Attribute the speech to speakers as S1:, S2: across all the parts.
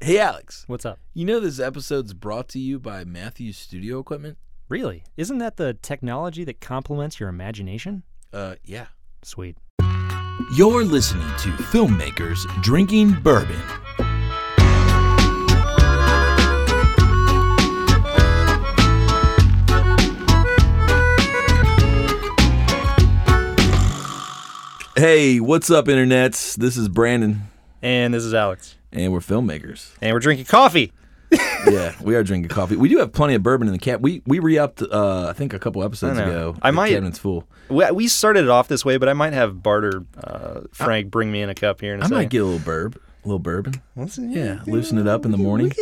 S1: Hey, Alex.
S2: What's up?
S1: You know this episode's brought to you by Matthews Studio Equipment?
S2: Really? Isn't that the technology that complements your imagination?
S1: Uh, yeah.
S2: Sweet.
S3: You're listening to Filmmakers Drinking Bourbon. Hey, what's up, internets? This is Brandon,
S2: And this is Alex.
S3: and we're filmmakers.
S2: And we're drinking coffee.
S3: yeah, we are drinking coffee. We do have plenty of bourbon in the cap. We we re-upped, uh, I think, a couple episodes
S4: I know.
S3: ago.
S4: I
S3: The
S4: might-
S3: Cabinet's full.
S4: We, we started it off this way, but I might have Barter uh, Frank bring me in a cup here in a
S3: I
S4: second.
S3: might get a little burb, a little bourbon.
S4: yeah.
S3: loosen it up in the morning.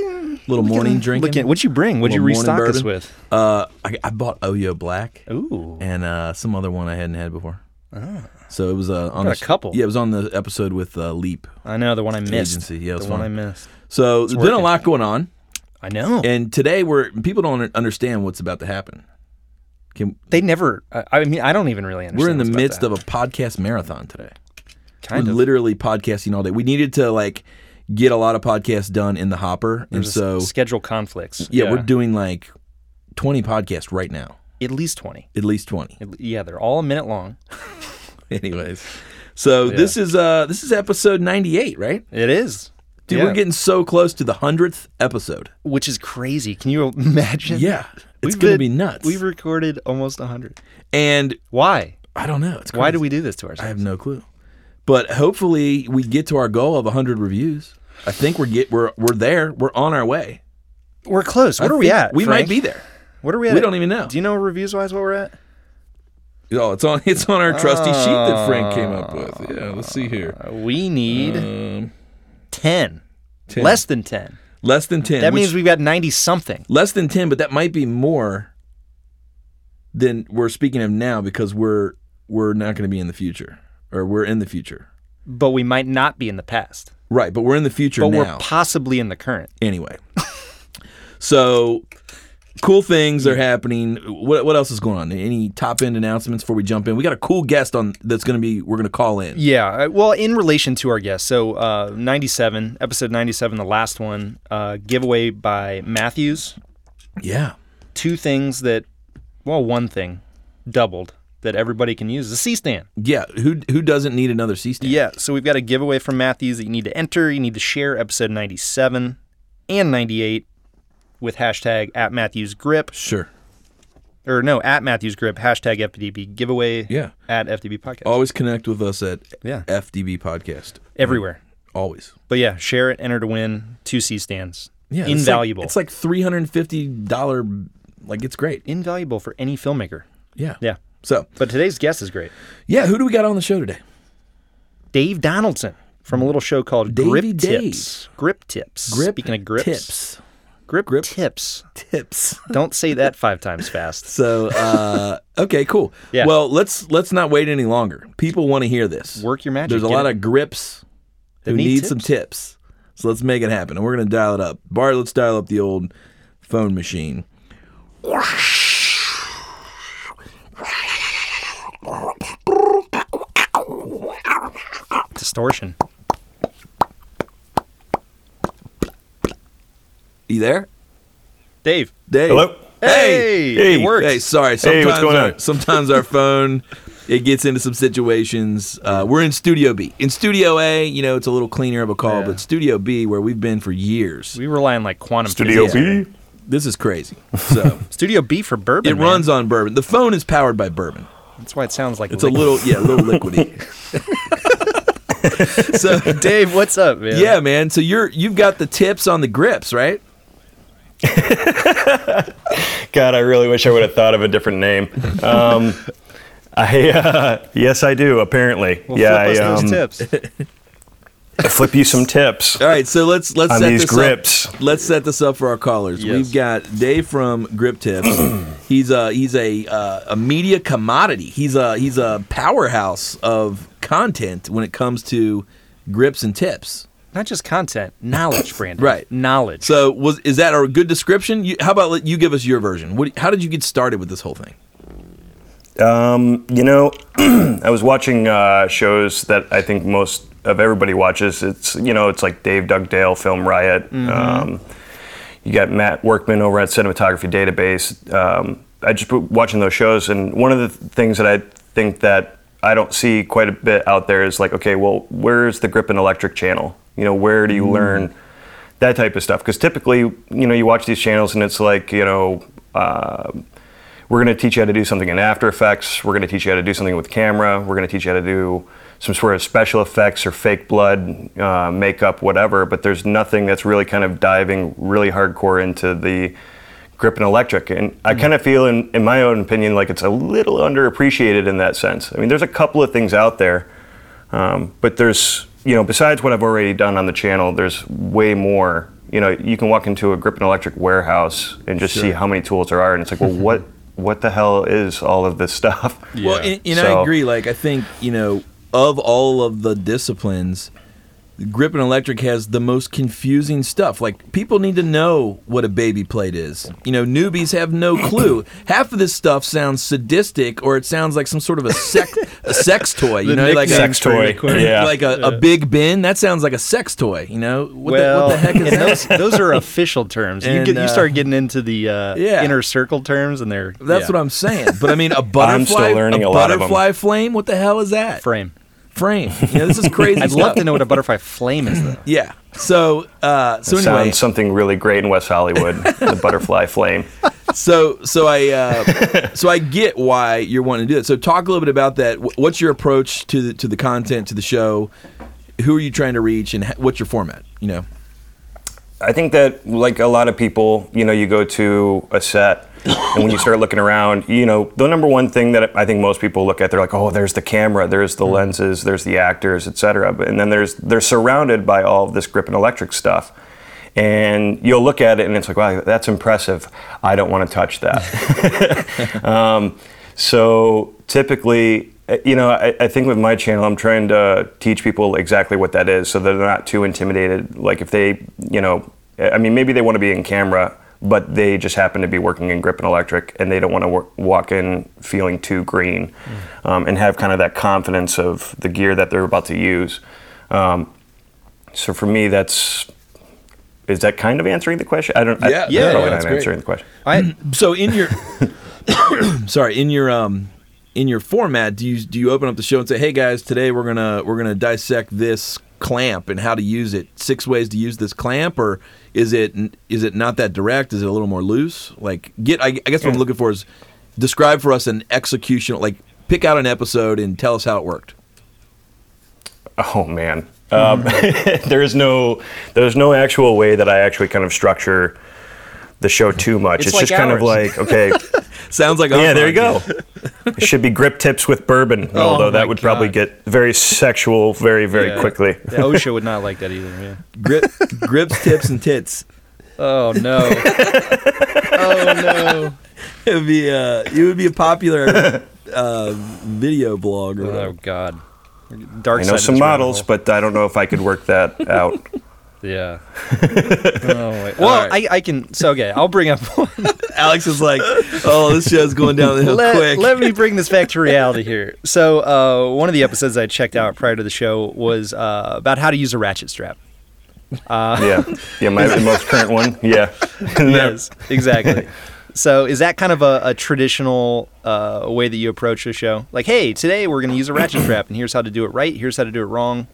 S3: little morning drinking.
S4: Look at, what'd you bring? What'd you
S3: Little morning
S4: restock this
S3: bourbon.
S4: with? Oh.
S3: Uh, I, I bought Oyo Black
S4: Ooh.
S3: and uh, some other one I hadn't had before. So it was uh, on
S4: Ah. Got
S3: the
S4: a couple.
S3: Yeah, it was on the episode with uh, Leap.
S4: I know, the one I missed.
S3: Agency, yeah,
S4: the
S3: it's
S4: one I
S3: fine.
S4: missed.
S3: So there's been a
S4: working.
S3: lot going on,
S4: I know.
S3: and today we're people don't understand what's about to happen. Can,
S4: they never, I, I mean, I don't even really understand.
S3: we're in the
S4: what's about
S3: midst
S4: to
S3: of a podcast marathon today.
S4: happen. kind
S3: we're
S4: of.
S3: literally podcasting all day. We needed to like get a lot of podcasts done in the hopper, and
S4: There's
S3: so
S4: schedule conflicts.
S3: yeah, we're doing like 20 podcasts right now,
S4: at least 20.
S3: at least 20.
S4: At le- Yeah, they're all a minute long.
S3: Anyways, so this is uh this is episode 98, right?
S4: It is.
S3: Dude,
S4: Yeah.
S3: we're getting so close to the hundredth episode.
S4: Which is crazy. Can you imagine?
S3: Yeah, it's
S4: We've
S3: gonna
S4: been-
S3: be nuts.
S4: We've recorded almost 100.
S3: and
S4: Why?
S3: I don't know. It's
S4: Why do
S3: crazy.
S4: we do this to
S3: I have
S4: ourselves?
S3: no clue. But hopefully, we get to our goal of hundred reviews. I think we're get we're we're there. We're on our way.
S4: We're close. What
S3: I
S4: are we
S3: think
S4: at?
S3: We
S4: Frank?
S3: might be there.
S4: What are we at?
S3: We don't even know.
S4: Do you know reviews wise what we're at?
S3: Oh, it's on it's on our trusty sheet that Frank came up with. Yeah, let's see here.
S4: Uh, We need
S3: Um,
S4: 10.
S3: 10.
S4: Less than 10.
S3: less than ten.
S4: That
S3: which-
S4: means we've got 90 something.
S3: less than 10 but that might be more than we're speaking of now because we're we're not going to be in the future or we're in the future
S4: But we might not be in the past.
S3: right but we're in the future
S4: But
S3: now
S4: we're possibly in the current.
S3: anyway so cool things are happening what, what else is going on any top end announcements before we jump in we got a cool guest on that's going to be we're going to call in
S4: Yeah. uh, Well, in relation to our guest, so uh, 97, episode 97, the last one, uh, giveaway by Matthews.
S3: yeah
S4: Two things that, well, one thing doubled that everybody can use the C stand.
S3: yeah who who doesn't need another c stand
S4: Yeah, so we've got a giveaway from Matthews that you need to enter. You need to share episode 97 and 98 with hashtag at Matthews Grip,
S3: sure
S4: or no, at Matthews Grip, hashtag FDB giveaway
S3: Yeah. Oh.
S4: at FDB podcast.
S3: always connect with us at
S4: Yeah.
S3: fdb podcast
S4: Everywhere.
S3: always
S4: But yeah, share it, enter to win, two C stands.
S3: Yeah, it's like-
S4: Invaluable.
S3: It's like, three hundred and fifty dollar. Like it's great.
S4: Invaluable for any filmmaker.
S3: Yeah.
S4: Yeah.
S3: So
S4: But today's guest is great.
S3: yeah, who do we got on the show today?
S4: Dave Donaldson from a little show called
S3: Davey
S4: Grip
S3: Dave.
S4: Tips. Grip Tips.
S3: Grip
S4: Speaking of grips.
S3: tips,
S4: Grip,
S3: Grip.
S4: Tips.
S3: tips.
S4: Don't say that five times fast.
S3: So uh, okay, cool.
S4: Yeah.
S3: Well, let's let's not wait any longer. People want to hear this.
S4: Work your magic.
S3: There's a
S4: Get
S3: lot
S4: it.
S3: of grips who
S4: need
S3: need, some tips. So let's make it happen, and we're gonna dial it up. Bart, let's dial up the old phone machine.
S4: distortion.
S3: You there,
S4: Dave.
S3: Dave?
S5: Hello?
S4: Hey,
S5: Hey.
S4: it works.
S3: Hey, sorry. Sometimes
S5: Hey, what's going
S3: our,
S5: on?
S3: Sometimes our phone it gets into some situations. Uh, we're in Studio B. In Studio A, you know, it's a little cleaner of a call, but Studio B, where we've been for years,
S4: We rely on like quantum
S5: Studio
S4: physics.
S5: B.
S3: this is crazy. So
S4: Studio B for bourbon.
S3: it
S4: man.
S3: runs on bourbon. The phone is powered by bourbon.
S4: That's why it sounds like
S3: It's a little, yeah, a little liquidy. so
S4: Dave, what's up, man?
S3: yeah, man. So you're you've got the tips on the grips, right?
S5: God, I really wish I would have thought of a different name. Um, I uh, yes, I do. Apparently,
S4: Well,
S5: yeah.
S4: flip us
S5: I, um,
S4: those tips.
S5: flip you some tips.
S3: All right, so let's let's
S5: On
S3: set
S5: these
S3: this
S5: grips.
S3: Up. Let's set this up for our callers.
S4: Yes.
S3: We've got Dave from Grip Tips. he's a he's a uh, a media commodity. He's a he's a powerhouse of content when it comes to grips and tips.
S4: Not just content, knowledge, Brandon.
S3: Right.
S4: Knowledge.
S3: So was is that a good description? You, how about let you give us your version? What, how did you get started with this whole thing?
S5: Um, you know, I was watching uh, shows that I think most of everybody watches. It's you know it's like Dave Dugdale, Film Riot. Um, you got Matt Workman over at Cinematography Database. Um, I just been watching those shows, and one of the things that I think that I don't see quite a bit out there is like, okay, well, where's the grip and electric channel? You know, where do you learn that type of stuff? Because typically, you know, you watch these channels, and it's like, you know. Uh, we're going to teach you how to do something in After Effects. We're going to teach you how to do something with camera. We're going to teach you how to do some sort of special effects or fake blood, uh, makeup, whatever. But there's nothing that's really kind of diving really hardcore into the grip and electric. And
S3: Mm-hmm.
S5: I kind of feel, in, in my own opinion, like it's a little underappreciated in that sense. I mean, there's a couple of things out there, um, but there's, you know, besides what I've already done on the channel, there's way more. You know, you can walk into a grip and electric warehouse and just see how many tools there are, and it's like, well, what, what the hell is all of this stuff?
S3: Well, and, and I
S5: So-
S3: agree. Like, I think you know, of all of the disciplines, grip and electric has the most confusing stuff. Like, people need to know what a baby plate is. You know, newbies have no clue. Half of this stuff sounds sadistic, or it sounds like some sort of a sex a sex toy. You
S2: The
S3: know, like a
S2: nickname
S5: Sex toy. Yeah.
S3: Like a, a big bin, that sounds like a sex toy. You know, what,
S4: well,
S3: the, what the heck is
S4: and
S3: that?
S4: those, those are official terms.
S3: And,
S4: you, get,
S3: uh,
S4: you start getting into the uh,
S3: Yeah.
S4: inner circle terms, and they're
S3: That's
S4: yeah.
S3: what I'm saying. But I mean, a butterfly,
S5: I'm still learning a lot of 'em.
S3: butterfly flame. What the hell is that?
S4: frame.
S3: Frame. You know, this is crazy.
S4: I'd love
S3: stuff.
S4: to know what a butterfly flame is, though.
S3: Yeah. So uh, so
S5: Sounds
S3: anyway,
S5: something really great in West Hollywood, the butterfly flame.
S3: so so I uh, so I get why you're wanting to do that. So talk a little bit about that. Wh- What's your approach to the, to the content to the show? Who are you trying to reach, and h- what's your format? You know.
S5: I think that like a lot of people, you know, you go to a set and when you start looking around, you know, the number one thing that I think most people look at, they're like, oh, there's the camera, there's the lenses, there's the actors, etc. But and then there's they're surrounded by all of this grip and electric stuff. And you'll look at it and it's like, wow, that's impressive. I don't want to touch that. So typically, uh, you know, I, I think with my channel, I'm trying to teach people exactly what that is, so they're not too intimidated. Like if they, you know, I mean, maybe they want to be in camera, but they just happen to be working in grip and electric, and they don't want to wor- walk in feeling too green, um, and have kind of that confidence of the gear that they're about to use. Um, so for me, that's. Is that kind of answering the question? I don't. I-
S3: Yeah,
S5: I'm
S3: yeah, yeah,
S5: probably
S3: that's
S5: not
S3: great.
S5: answering the question.
S4: I,
S3: So in your sorry in your um in your format, do you do you open up the show and say, hey guys, today we're gonna we're gonna dissect this clamp and how to use it six ways to use this clamp or is it is it not that direct is it a little more loose like get i, I guess what i'm looking for is describe for us an execution like pick out an episode and tell us how it worked
S5: Oh man, um, there's no there's no actual way that I actually kind of structure the show too much. It's,
S4: It's like
S5: just kind of
S4: ours.
S5: like okay,
S3: sounds like
S5: yeah,
S3: Entourage.
S5: there you go. It should be grip tips with bourbon, although
S4: Oh my
S5: that would probably
S4: God.
S5: get very sexual very very
S4: Yeah.
S5: quickly.
S4: Yeah, OSHA would not like that either. Yeah.
S3: grip grips tips and tits
S4: Oh no. oh no.
S3: it would be uh it would be a popular uh video blog or whatever.
S4: Oh god. Dark.
S5: I
S4: side
S5: know
S4: of
S5: some
S4: this rabbit
S5: models,
S4: hole.
S5: but I don't know if I could work that out.
S4: yeah. oh, wait. Well,
S3: right.
S4: I, I can. So okay, I'll bring up one.
S3: Alex is like, "Oh, this show's going down the hill
S4: let,
S3: quick."
S4: let me bring this back to reality here. So, uh, one of the episodes I checked out prior to the show was uh, about how to use a ratchet strap.
S5: yeah, yeah, my the most current one. Yeah,
S4: yes, exactly. So, is that kind of a, a traditional uh, way that you approach the show? Like, hey, today we're going to use a ratchet strap, and here's how to do it right. Here's how to do it wrong.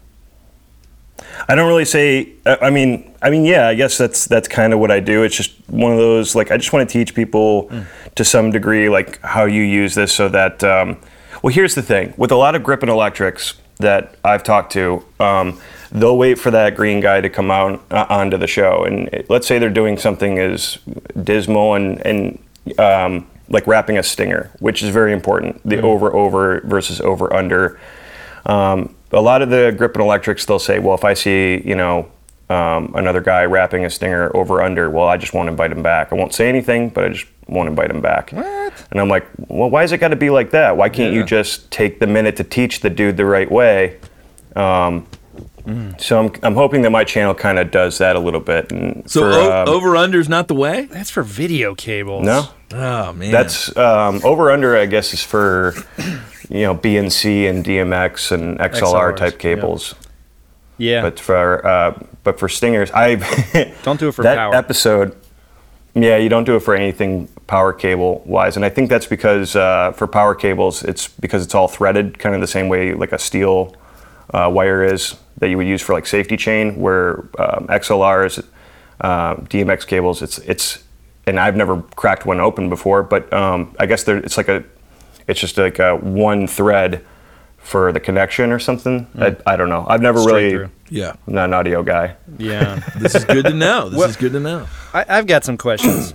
S5: I don't really say. I I mean, I mean, yeah. I guess that's that's kind of what I do. It's just one of those. Like, I just want to teach people to some degree, like how you use this, so that. Um, well, here's the thing: with a lot of grip and electrics that I've talked to, um, they'll wait for that green guy to come out uh, onto the show, and it- let's say they're doing something as dismal and and um, like wrapping a stinger, which is very important. The over over versus over under. Um, a lot of the grip and electrics, they'll say, well, if I see, you know, um, another guy wrapping a stinger over under, well, I just won't invite him back. I won't say anything, but I just won't invite him back. And I'm like, well, why is it got to be like that? Why can't you just take the minute to teach the dude the right way? Um,
S3: Mm.
S5: So I'm, I'm hoping that my channel kind of does that a little bit. And
S3: so
S5: for,
S3: o-
S5: um,
S3: over under's not the way.
S4: That's for video cables.
S5: no,
S3: Oh man,
S5: that's um, over under. I guess is for you know BNC and DMX and XLR
S4: XLRs,
S5: type
S4: yeah.
S5: cables.
S4: Yeah.
S5: But for uh, but for stingers, I
S4: Don't do it for
S5: that
S4: power.
S5: episode. Yeah, you don't do it for anything power cable wise, and I think that's because uh, for power cables, it's because it's all threaded, kind of the same way like a steel uh, wire is that you would use for like safety chain. Where um, XLRs, uh, DMX cables, it's it's, and I've never cracked one open before, but um, I guess there, it's like a, it's just like a one thread for the connection or something. I, I don't know. I've never
S4: Hmm. Straight
S5: really.
S4: through.
S1: Yeah.
S5: I'm not an audio guy.
S4: Yeah.
S3: This is good to know. This is good to know.
S4: I, I've got some questions.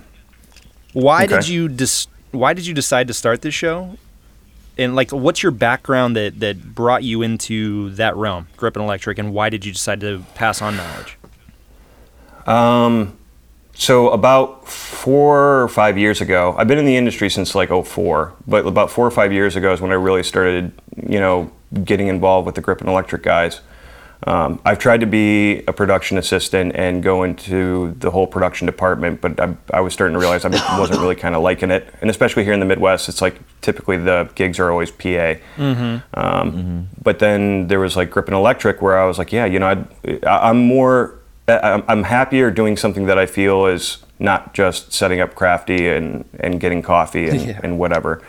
S4: Why did
S5: Okay.
S4: you dis- Why did you decide to start this show? And like, what's your background that that brought you into that realm, grip and electric, and why did you decide to pass on knowledge?
S5: So about four or five years ago, I've been in the industry since like 04, but about four or five years ago is when I really started, you know, getting involved with the Grip and Electric guys. Um, I've tried to be a production assistant and go into the whole production department, but I, I was starting to realize I wasn't really kind of liking it. And especially here in the Midwest, it's like typically the gigs are always PA. Um, But then there was like Grip and Electric, where I was like, yeah, you know, I'd, I- I'm more, I- I'm, I'm happier doing something that I feel is not just setting up crafty and, and getting coffee and, and whatever.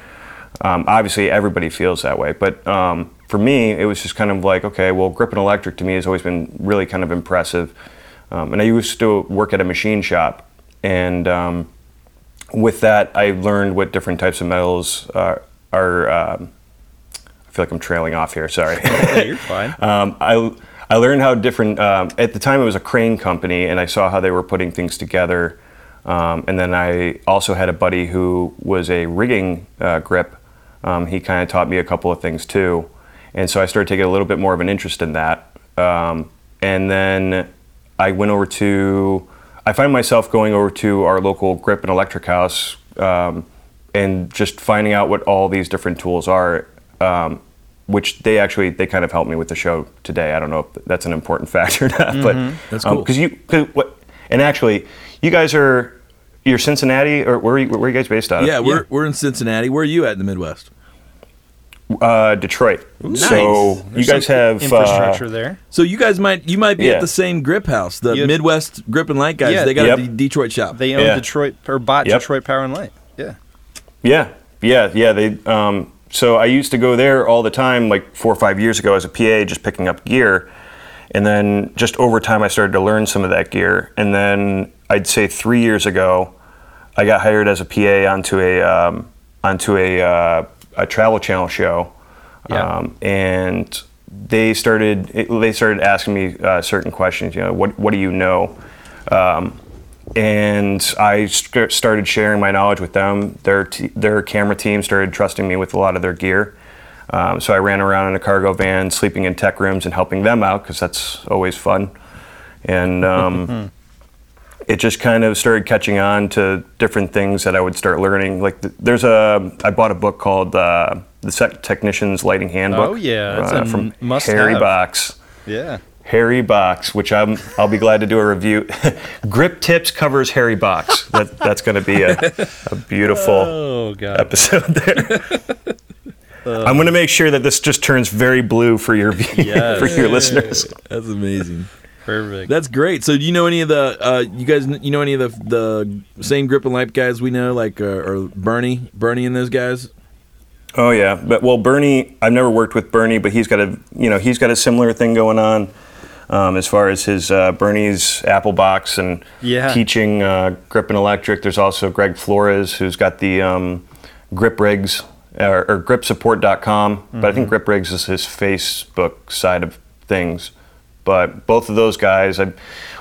S5: Um, obviously, everybody feels that way, but um, for me, it was just kind of like, okay, well, Grip and Electric to me has always been really kind of impressive. Um, and I used to work at a machine shop, and um, with that, I learned what different types of metals are. are um, I feel like I'm trailing off here. Sorry.
S4: Yeah, you're fine.
S5: um, I I learned how different. Um, at the time, it was a crane company, and I saw how they were putting things together. Um, and then I also had a buddy who was a rigging uh, grip. Um, he kind of taught me a couple of things too, and so I started taking a little bit more of an interest in that. Um, and then I went over to. I find myself going over to our local grip and electric house. Um, and just finding out what all these different tools are, um, which they actually they kind of helped me with the show today. I don't know if that's an important fact or not, but
S1: That's cool.
S5: Because you, cause what, and actually, you guys are you're Cincinnati or where are you, where are you guys based out of?
S3: Yeah, we're we're in Cincinnati. Where are you at in the Midwest?
S5: uh, Detroit. So you
S4: There's
S5: guys
S4: some
S5: have
S4: infrastructure
S5: Uh,
S4: there.
S3: So you guys might you might be
S5: Yeah.
S3: at the same grip house, the
S4: Yeah.
S3: Midwest Grip and Light guys.
S4: Yeah.
S3: They got
S5: Yep.
S3: the Detroit shop.
S4: They own
S5: Yeah.
S4: Detroit or bought
S5: Yep.
S4: Detroit Power and Light. Yeah.
S5: yeah, yeah, yeah. They um, so I used to go there all the time, like four or five years ago as a PA, just picking up gear. And then just over time, I started to learn some of that gear. And then I'd say three years ago, I got hired as a PA onto a um, onto a uh, a Travel Channel show,
S4: Yeah.
S5: um, and they started it- they started asking me uh, certain questions. You know, what what do you know? Um, and I st- started sharing my knowledge with them. Their t- their camera team started trusting me with a lot of their gear. Um, so I ran around in a cargo van, sleeping in tech rooms and helping them out because that's always fun. And um, it just kind of started catching on to different things that I would start learning. Like th- there's a I bought a book called uh, the Set Technician's Lighting Handbook. uh,
S4: Oh, yeah, it's a
S5: from
S4: must
S5: Harry
S4: have.
S5: Box.
S4: Yeah.
S5: Harry Box, which I'm I'll be glad to do a review. Grip Tips covers Harry Box. That, that's going to be a, a beautiful
S4: Oh god.
S5: episode there. I'm going to make sure that this just turns very blue for your
S4: Yes.
S5: for your listeners.
S3: That's amazing.
S4: Perfect.
S3: That's great. So do you know any of the uh, you guys kn- you know any of the the same grip and light guys we know like uh, or Bernie Bernie and those guys?
S5: Oh yeah, but well, Bernie, I've never worked with Bernie, but he's got a you know he's got a similar thing going on um, as far as his uh, Bernie's Apple Box and
S4: Yeah.
S5: teaching uh, grip and electric. There's also Greg Flores who's got the um, grip rigs or, or gripsupport.com, but I think grip rigs is his Facebook side of things. But both of those guys, I,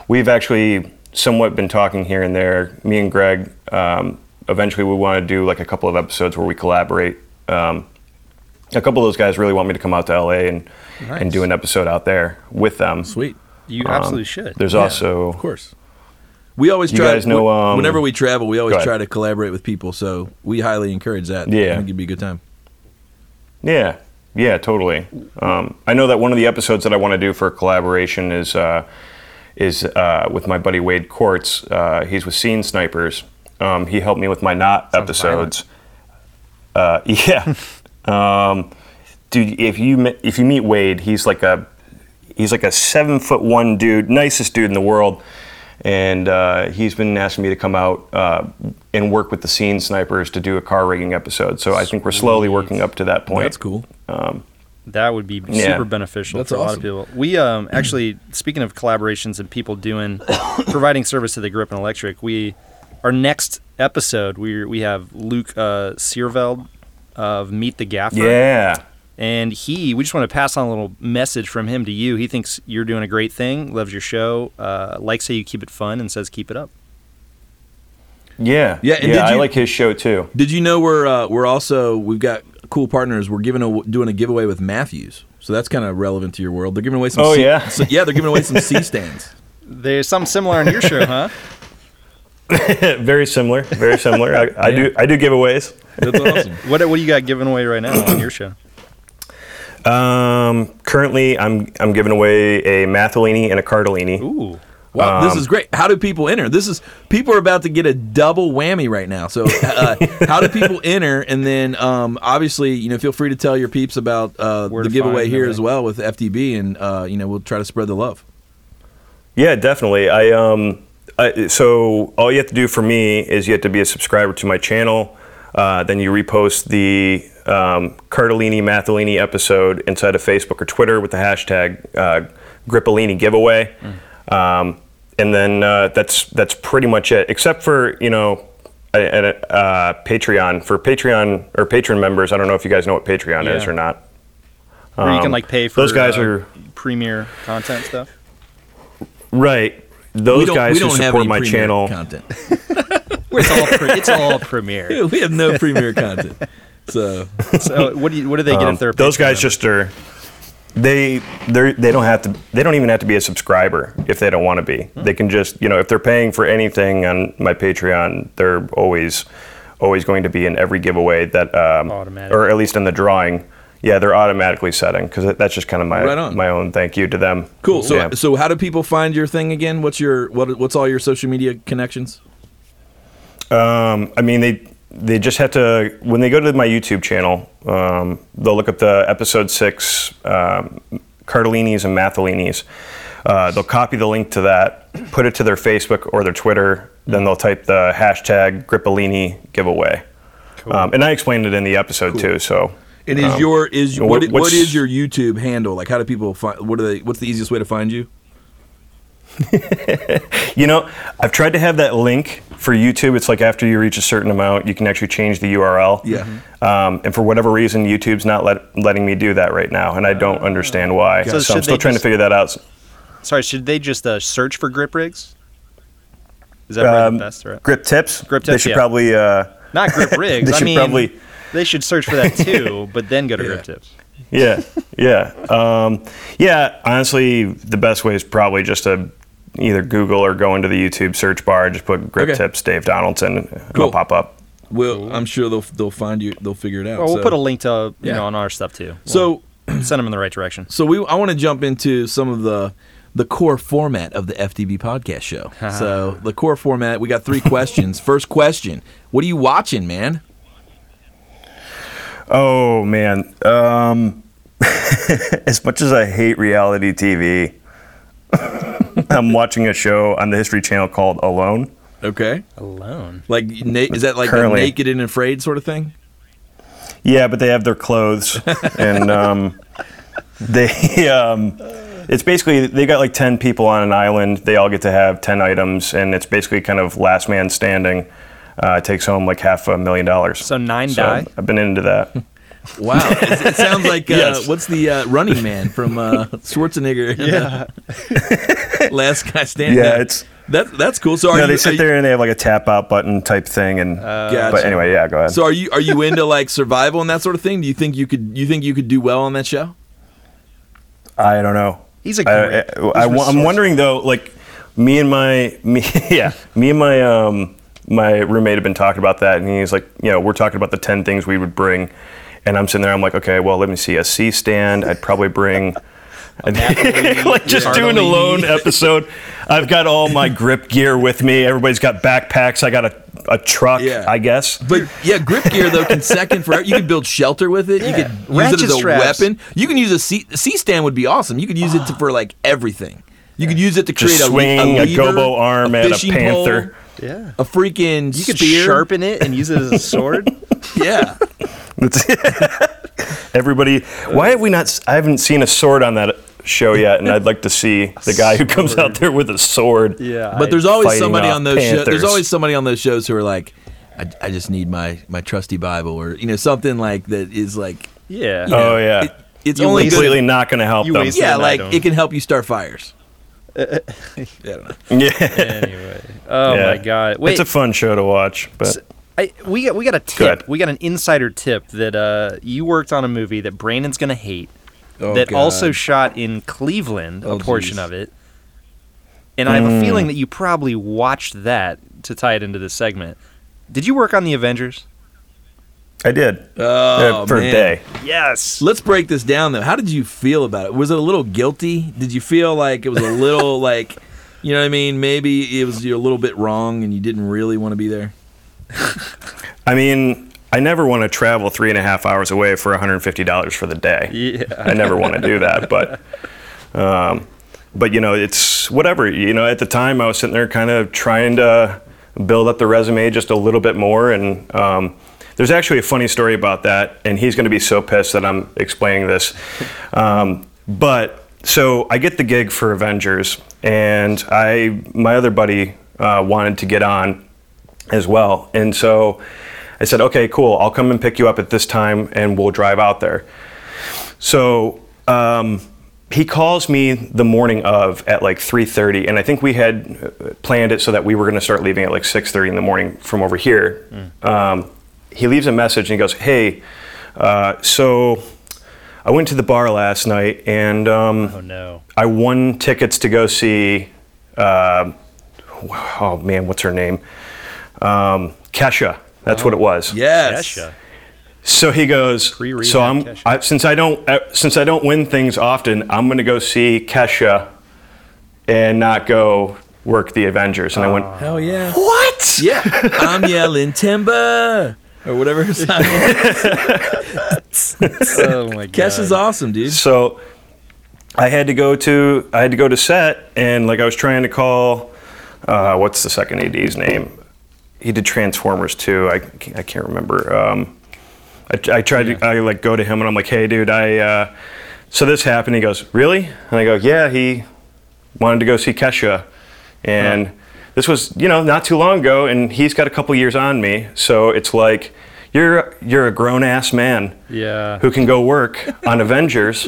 S5: we've actually somewhat been talking here and there. Me and Greg, um, eventually we want to do like a couple of episodes where we collaborate. Um, a couple of those guys really want me to come out to LA and and do an episode out there with them.
S3: Sweet.
S4: you
S5: Um,
S4: absolutely should.
S5: There's
S3: Yeah,
S5: also
S3: of course. We always
S5: You
S3: try.
S5: guys know,
S3: wh-
S5: um,
S3: whenever we travel, we always
S5: go ahead.
S3: try to collaborate with people. So we highly encourage that.
S5: Yeah.
S3: I think it'd be a good time.
S5: Yeah, yeah, totally. Um, I know that one of the episodes that I want to do for collaboration is uh, is uh, with my buddy Wade Quartz. Uh, he's with Scene Snipers. Um, he helped me with my not episodes. Uh, yeah, um, dude. If you me- if you meet Wade, he's like a he's like a seven foot one dude, nicest dude in the world. And uh, he's been asking me to come out uh, and work with the scene snipers to do a car rigging episode. So I think we're slowly working up to that point.
S1: That's cool.
S4: That would be
S5: Yeah.
S4: super beneficial
S1: That's
S4: for
S1: awesome.
S4: a lot of people. We um, actually, speaking of collaborations and people doing, providing service to the Grip and Electric, we, our next episode, we we have Luke uh, Searveld of Meet the Gaffer.
S5: Yeah.
S4: And he, we just want to pass on a little message from him to you. He thinks you're doing a great thing, loves your show, uh, likes how you keep it fun, and says keep it up.
S5: Yeah.
S3: Yeah, and did
S5: I
S3: you-
S5: like his show too.
S3: Did you know we're uh, we're also we've got cool partners. We're giving a, doing a giveaway with Matthews, so that's kind of relevant to your world. They're giving away some.
S5: Oh,
S3: sea-
S5: yeah.
S3: so- yeah, they're giving away some C stands.
S4: There's something similar on your show, huh?
S5: very similar. Very similar. I, I do. I do giveaways.
S3: That's awesome.
S4: What what do you got giving away right now on your show?
S5: Um, currently, I'm I'm giving away a Mathellini and a Cardellini.
S4: Ooh,
S3: Wow,
S5: Um,
S3: this is great. How do people enter? This is people are about to get a double whammy right now. So, uh, how do people enter? And then, um, obviously, you know, feel free to tell your peeps about uh,
S4: Where
S3: the
S4: to
S3: giveaway
S4: find
S3: here
S4: them.
S3: as well with FDB, and uh, you know, we'll try to spread the love.
S5: Yeah, definitely. I um, I, so all you have to do for me is you have to be a subscriber to my channel. Uh, then you repost the um, Cardellini Mathellini episode inside of Facebook or Twitter with the hashtag uh, Grippolini giveaway. Um, and then uh, that's that's pretty much it, except for you know. And uh, Patreon for Patreon or patron members. I don't know if you guys know what Patreon is
S4: Yeah.
S5: or not.
S4: where you can
S5: Um,
S4: like pay for
S5: those guys
S4: uh,
S5: are-
S4: premier content stuff.
S5: Right.
S3: We
S5: Those
S3: don't-
S5: guys
S3: we
S5: who
S3: don't have
S5: support
S3: any
S5: my
S3: premium
S5: channel.
S3: content.
S4: It's all pre- it's all premier.
S3: we have no premier content. So,
S4: So Oh, what do you, what do they get
S5: Um,
S4: if they're a
S5: those
S4: Patreon
S5: guys
S4: member?
S5: just are they they they don't have to they don't even have to be a subscriber if they don't want to be they can just you know if they're paying for anything on my patreon they're always always going to be in every giveaway that um,
S4: Automatic.
S5: or at least in the drawing yeah they're automatically setting because that's just kind of my
S3: Right on.
S5: my own thank you to them
S3: cool. So,
S5: Yeah.
S3: so how do people find your thing again? What's your what? What's all your social media connections?
S5: Um, I mean, they they just have to when they go to my YouTube channel, um, they'll look up the episode six um, Cardellini's and Mathelinis. Uh, they'll copy the link to that, put it to their Facebook or their Twitter. Then they'll type the hashtag Grippolini giveaway. Um, and I explained it in the episode too. So um,
S3: And is your is
S5: what-
S3: what, what
S5: what's-
S3: is your YouTube handle? Like, how do people find? What are they? What's the easiest way to find you?
S5: you know, I've tried to have that link for YouTube. It's like after you reach a certain amount, you can actually change the URL.
S3: Yeah.
S5: Um, and for whatever reason, YouTube's not let, letting me do that right now, and I don't understand why.
S4: Oh, So
S5: So,
S4: should
S5: I'm still
S4: they
S5: trying
S4: just-
S5: to figure that out.
S4: sorry. Should they just uh, search for grip rigs? Is that probably
S5: Um,
S4: the best? Right?
S5: Grip tips.
S4: Grip
S5: They
S4: tips,
S5: should
S4: yeah.
S5: probably. Uh,
S4: Not grip rigs.
S5: they
S4: I
S5: should
S4: mean,
S5: probably-
S4: they should search for that too, but then go to grip tips.
S5: yeah, yeah, um, yeah. Honestly, the best way is probably just to either Google or go into the YouTube search bar and just put grip
S3: Okay.
S5: tips Dave Donaldson. and
S3: Cool.
S5: It'll pop up.
S3: Well, I'm sure they'll they'll find you. They'll figure it out.
S4: Well, we'll
S3: so.
S4: put a link to you
S3: Yeah.
S4: know on our stuff too.
S3: So
S4: We'll send them in the right direction.
S3: so we I want to jump into some of the the core format of the FDB podcast show. so the core format, we got three questions. First question: What are you watching, man?
S5: Oh man, um, as much as I hate reality TV, I'm watching a show on the History Channel called Alone.
S3: Okay,
S4: Alone.
S3: like na- is that like a
S5: Currently.
S3: naked and afraid sort of thing?
S5: Yeah, but they have their clothes, and um, they um, it's basically they got like ten people on an island. They all get to have ten items, and it's basically kind of last man standing. Uh, takes home like half a million dollars.
S4: So nine
S5: So
S4: die?
S5: I've been into that.
S3: Wow, it, it sounds like uh,
S5: Yes.
S3: what's the uh, Running Man from uh, Schwarzenegger? Yeah, last guy standing.
S5: Yeah, it's-
S3: that that's cool. So are
S5: no,
S3: you,
S5: they
S3: are
S5: sit
S3: you-
S5: there and they have like a tap out button type thing, and but
S3: Gotcha.
S5: anyway, yeah, go ahead.
S3: So are you are you into like survival and that sort of thing? Do you think you could you think you could do well on that show?
S5: I don't know.
S4: He's a
S5: I,
S4: grip.
S5: I, I, am wondering though, like me and my me, yeah, me and my um my roommate have been talking about that, and he's like, you know, we're talking about the ten things we would bring, and I'm sitting there, I'm like, okay, well, let me see, a C stand, I'd probably bring. like just do an
S3: Cardellini.
S5: alone episode. I've got all my grip gear with me. Everybody's got backpacks. I got a a truck,
S3: Yeah.
S5: I guess.
S3: But yeah, grip gear though can second forever. You can build shelter with it. You
S4: Yeah.
S3: could use
S4: Ratchet
S3: it as a
S4: straps.
S3: weapon. You can use a C stand would be awesome. You could use it to, for like everything. You could use it to create
S5: Just
S3: a, le-
S5: swinging
S3: a,
S5: a
S3: lever,
S5: gobo arm at a
S3: fishing
S5: panther.
S3: pole,
S4: Yeah.
S3: a freaking
S4: You could
S3: spear.
S4: sharpen it and use it as a sword.
S3: Yeah,
S5: Everybody, why have we not? s- I haven't seen a sword on that show yet, and I'd like to see the guy who comes out there with a sword.
S4: yeah.
S3: but there's always
S5: Fighting
S3: somebody
S5: off
S3: on those shows. There's
S5: panthers.
S3: always somebody on those shows who are like, I, I just need my my trusty Bible or you know something like that is like.
S4: yeah.
S3: you know,
S5: Oh, yeah.
S3: it- it's
S4: You
S3: only
S5: Completely
S3: good.
S5: not going to help
S4: You
S5: them.
S4: wasted-
S3: Yeah,
S4: Then I
S3: like
S4: don't.
S3: it can help you start fires. I don't know.
S5: Yeah.
S4: anyway. Oh
S5: Yeah.
S4: my god. Wait.
S5: It's a fun show to watch, but
S4: I, we got we got a tip.
S5: Go ahead.
S4: We got an insider tip that uh, you worked on a movie that Brandon's gonna hate.
S3: Oh,
S4: that also
S3: God.
S4: shot in Cleveland,
S3: Oh,
S4: a portion
S3: geez.
S4: of it. And I have a feeling that you probably watched that to tie it into this segment. Did you work on the Avengers?
S5: I did
S3: Oh,
S5: uh, for
S3: man.
S5: a day.
S4: Yes.
S3: Let's break this down though. How did you feel about it? Was it a little guilty? Did you feel like it was a little like, you know what I mean? Maybe it was you're a little bit wrong and you didn't really want to be there.
S5: I mean, I never want to travel three and a half hours away for $150 for the day.
S4: Yeah.
S5: I never want to do that, but, um, but you know, it's whatever. You know, at the time, I was sitting there kind of trying to build up the resume just a little bit more, and um, there's actually a funny story about that, and he's going to be so pissed that I'm explaining this. Um, but so I get the gig for Avengers, and I my other buddy uh, wanted to get on as well. And so I said, okay, cool. I'll come and pick you up at this time and we'll drive out there. So um, he calls me the morning of at like 3.30 and I think we had uh, planned it so that we were going to start leaving at like 6.30 in the morning from over here. Um, he leaves a message and he goes, hey, uh, so I went to the bar last night and um,
S4: Oh no.
S5: I won tickets to go see. Uh, oh man, what's her name? Um, Kesha. That's what it was.
S3: Yes.
S4: Kesha.
S5: So he goes.
S4: Pre-rehab
S5: So I'm
S4: Kesha.
S5: I, since I don't uh, since I don't win things often, I'm gonna go see Kesha, and not go work the Avengers. And I
S4: Ah.
S5: went,
S3: Hell yeah.
S5: what?
S3: Yeah. I'm yelling timber or whatever. Kesha's
S4: Oh my god.
S3: awesome, dude.
S5: So I had to go to I had to go to set, and like I was trying to call. Uh, what's the second AD's name? He did Transformers too. I, can't- I can't remember. Um, I, I tried to I like go to him and I'm like, hey dude, I uh, so this happened. He goes, really? And I go, yeah. He wanted to go see Kesha, and this was you know not too long ago, and he's got a couple years on me, so it's like. You're, you're a grown ass man
S4: Yeah.
S5: who can go work on Avengers,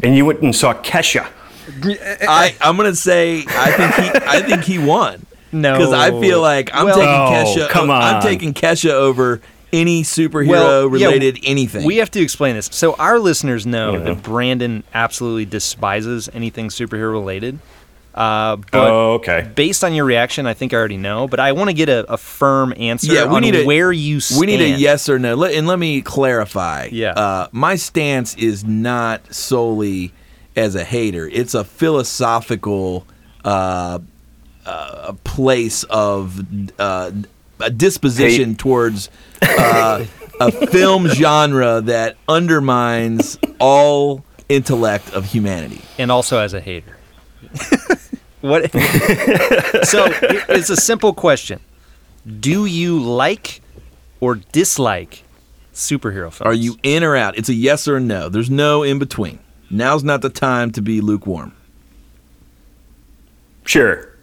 S5: and you went and saw Kesha.
S3: I, I'm gonna say I think he I think he won.
S4: No.
S3: Because I feel like I'm
S4: Well-
S3: taking
S5: No,
S3: Kesha
S5: come
S3: I'm
S5: on.
S3: taking Kesha over any superhero
S4: yeah,
S3: related anything.
S4: We have to explain this. So our listeners know
S5: Yeah.
S4: that Brandon absolutely despises anything superhero related. Uh, but
S5: Oh, okay.
S4: based on your reaction, I think I already know. But I want to get a, a firm answer.
S3: Yeah, we
S4: on
S3: need a-
S4: where you stand.
S3: We need a yes or no. Let, and let me clarify.
S4: Yeah.
S3: Uh, my stance is not solely as a hater, it's a philosophical uh, uh, place of uh, a disposition towards uh, a film genre that undermines all intellect of humanity.
S4: and also as a hater. what? so it- it's a simple question: Do you like or dislike superhero films?
S3: Are you in or out? It's a yes or a no. There's no in between. Now's not the time to be lukewarm.
S5: Sure.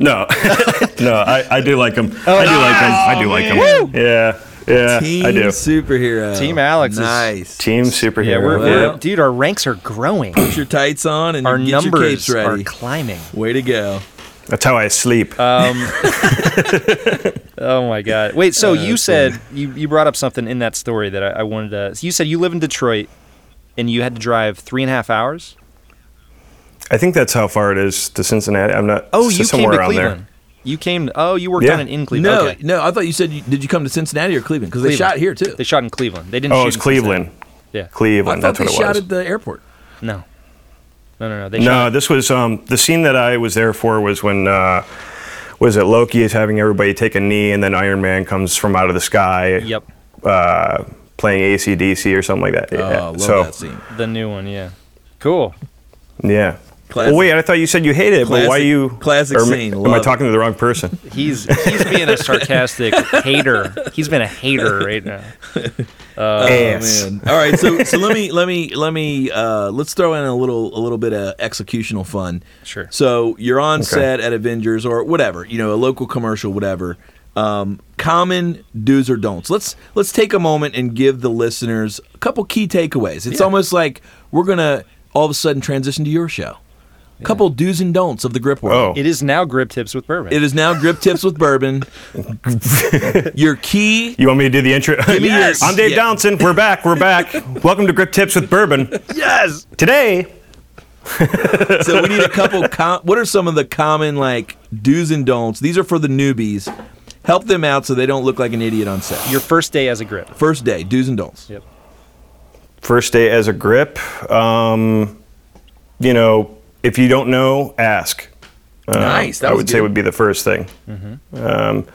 S5: No, no, I, I do like him.
S4: Oh,
S5: I do like him. I do like him. Yeah, yeah,
S3: Team
S5: I do.
S3: superhero.
S4: Team Alex is-
S3: Nice.
S5: Team superhero.
S4: Yeah, we're,
S3: Well-
S4: we're dude. Our ranks are growing.
S3: Put your tights on and
S4: our
S3: get your
S4: numbers
S3: capes ready.
S4: are climbing.
S3: Way to go.
S5: That's how I sleep.
S4: Um, oh my god! Wait,
S3: Uh,
S4: so you said you, you brought up something in that story that I, I wanted to. so you said you live in Detroit, and you had to drive three and a half hours.
S5: I think that's how far it is to Cincinnati. I'm not.
S4: Oh,
S5: s-
S4: you came
S5: somewhere
S4: to
S5: around there.
S4: Cleveland. You came. Oh, you worked
S5: Yeah.
S4: on it in Cleveland.
S3: No,
S4: Okay.
S3: no, I thought you said you, did you come to Cincinnati or Cleveland? Because they
S4: Cleveland.
S3: shot here too.
S4: They shot in Cleveland. They didn't.
S5: Oh,
S4: shoot
S5: it's
S4: in Cincinnati.
S5: Cleveland.
S4: Yeah.
S3: I thought
S5: Cleveland. That's
S3: they
S5: what it
S3: shot
S5: was.
S3: at the airport.
S4: No. No, no, no. They
S5: No,
S4: shot.
S5: this was um, the scene that I was there for was when uh, what is it? Loki is having everybody take a knee, and then Iron Man comes from out of the sky.
S4: Yep.
S5: Uh, playing ACDC or something like that.
S1: Oh, I love
S5: so
S1: that scene.
S4: The new one, yeah. Cool.
S5: yeah.
S3: Classic.
S5: Well, wait, I thought you said you hate it, but why
S3: Classic-
S5: you?
S3: classic
S5: or am-
S3: scene,
S5: Am I
S3: love it.
S5: talking to the wrong person?
S4: He's he's being a sarcastic hater. He's been a hater right now. Uh,
S5: Ass.
S3: Man. All right, so so let me let me let me uh, let's throw in a little a little bit of executional fun.
S4: Sure.
S3: So you're on set at Avengers or whatever, you know, a local commercial, whatever. Um, common do's or don'ts. Let's let's take a moment and give the listeners a couple key takeaways. It's almost like we're gonna all of a sudden transition to your show. A couple do's and don'ts of the grip world.
S5: Oh,
S4: It is now grip tips with bourbon.
S3: It is now grip tips with bourbon. your key
S5: you want me to do the intro?
S3: me your- Yes.
S5: I'm Dave
S3: Yeah.
S5: Downson. We're back. We're back. Welcome to Grip Tips with Bourbon.
S3: Yes.
S5: Today,
S3: So we need a couple. Com- what are some of the common like do's and don'ts? These are for the newbies. Help them out so they don't look like an idiot on set. Your
S4: Your first day as a grip.
S3: first day do's and don'ts.
S4: Yep.
S5: first day as a grip. Um, you know, if you don't know, ask. Uh,
S1: Nice, that
S5: I
S1: was
S5: would say
S1: good. Mm-hmm.
S5: would be the first thing. Um,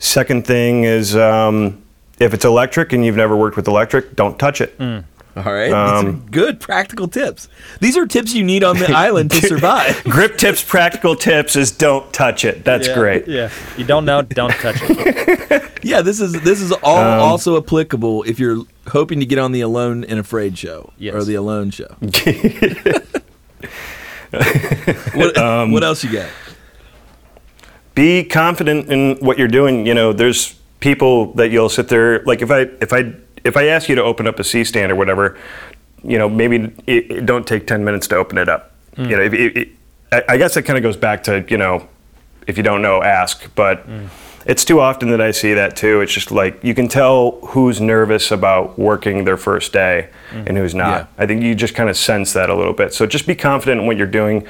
S5: second thing is um, if it's electric and you've never worked with electric, don't touch
S1: Mm.
S5: it.
S1: All right. These are good practical tips. These are tips you need on the island to survive.
S5: Grip tips, practical tips is don't touch it. That's great.
S4: Yeah. You don't know, don't touch it.
S3: Yeah, this is this is all also applicable if you're hoping to get on the Alone and Afraid show
S4: Yes.
S3: or the Alone show. what, what else you got?
S5: be confident in what you're doing. You know, there's people that you'll sit there like if I if I if I ask you to open up a C stand or whatever, you know, maybe it, it don't take 10 minutes to open it up.
S4: Hmm.
S5: You know, if, it, it, I I guess it kind of goes back to you know, if you don't know, ask. But
S4: Hmm.
S5: it's too often that I see that too. It's just like you can tell who's nervous about working their first day
S4: Hmm.
S5: and who's not. I think you just kind of sense that a little bit. So just be confident in what you're doing.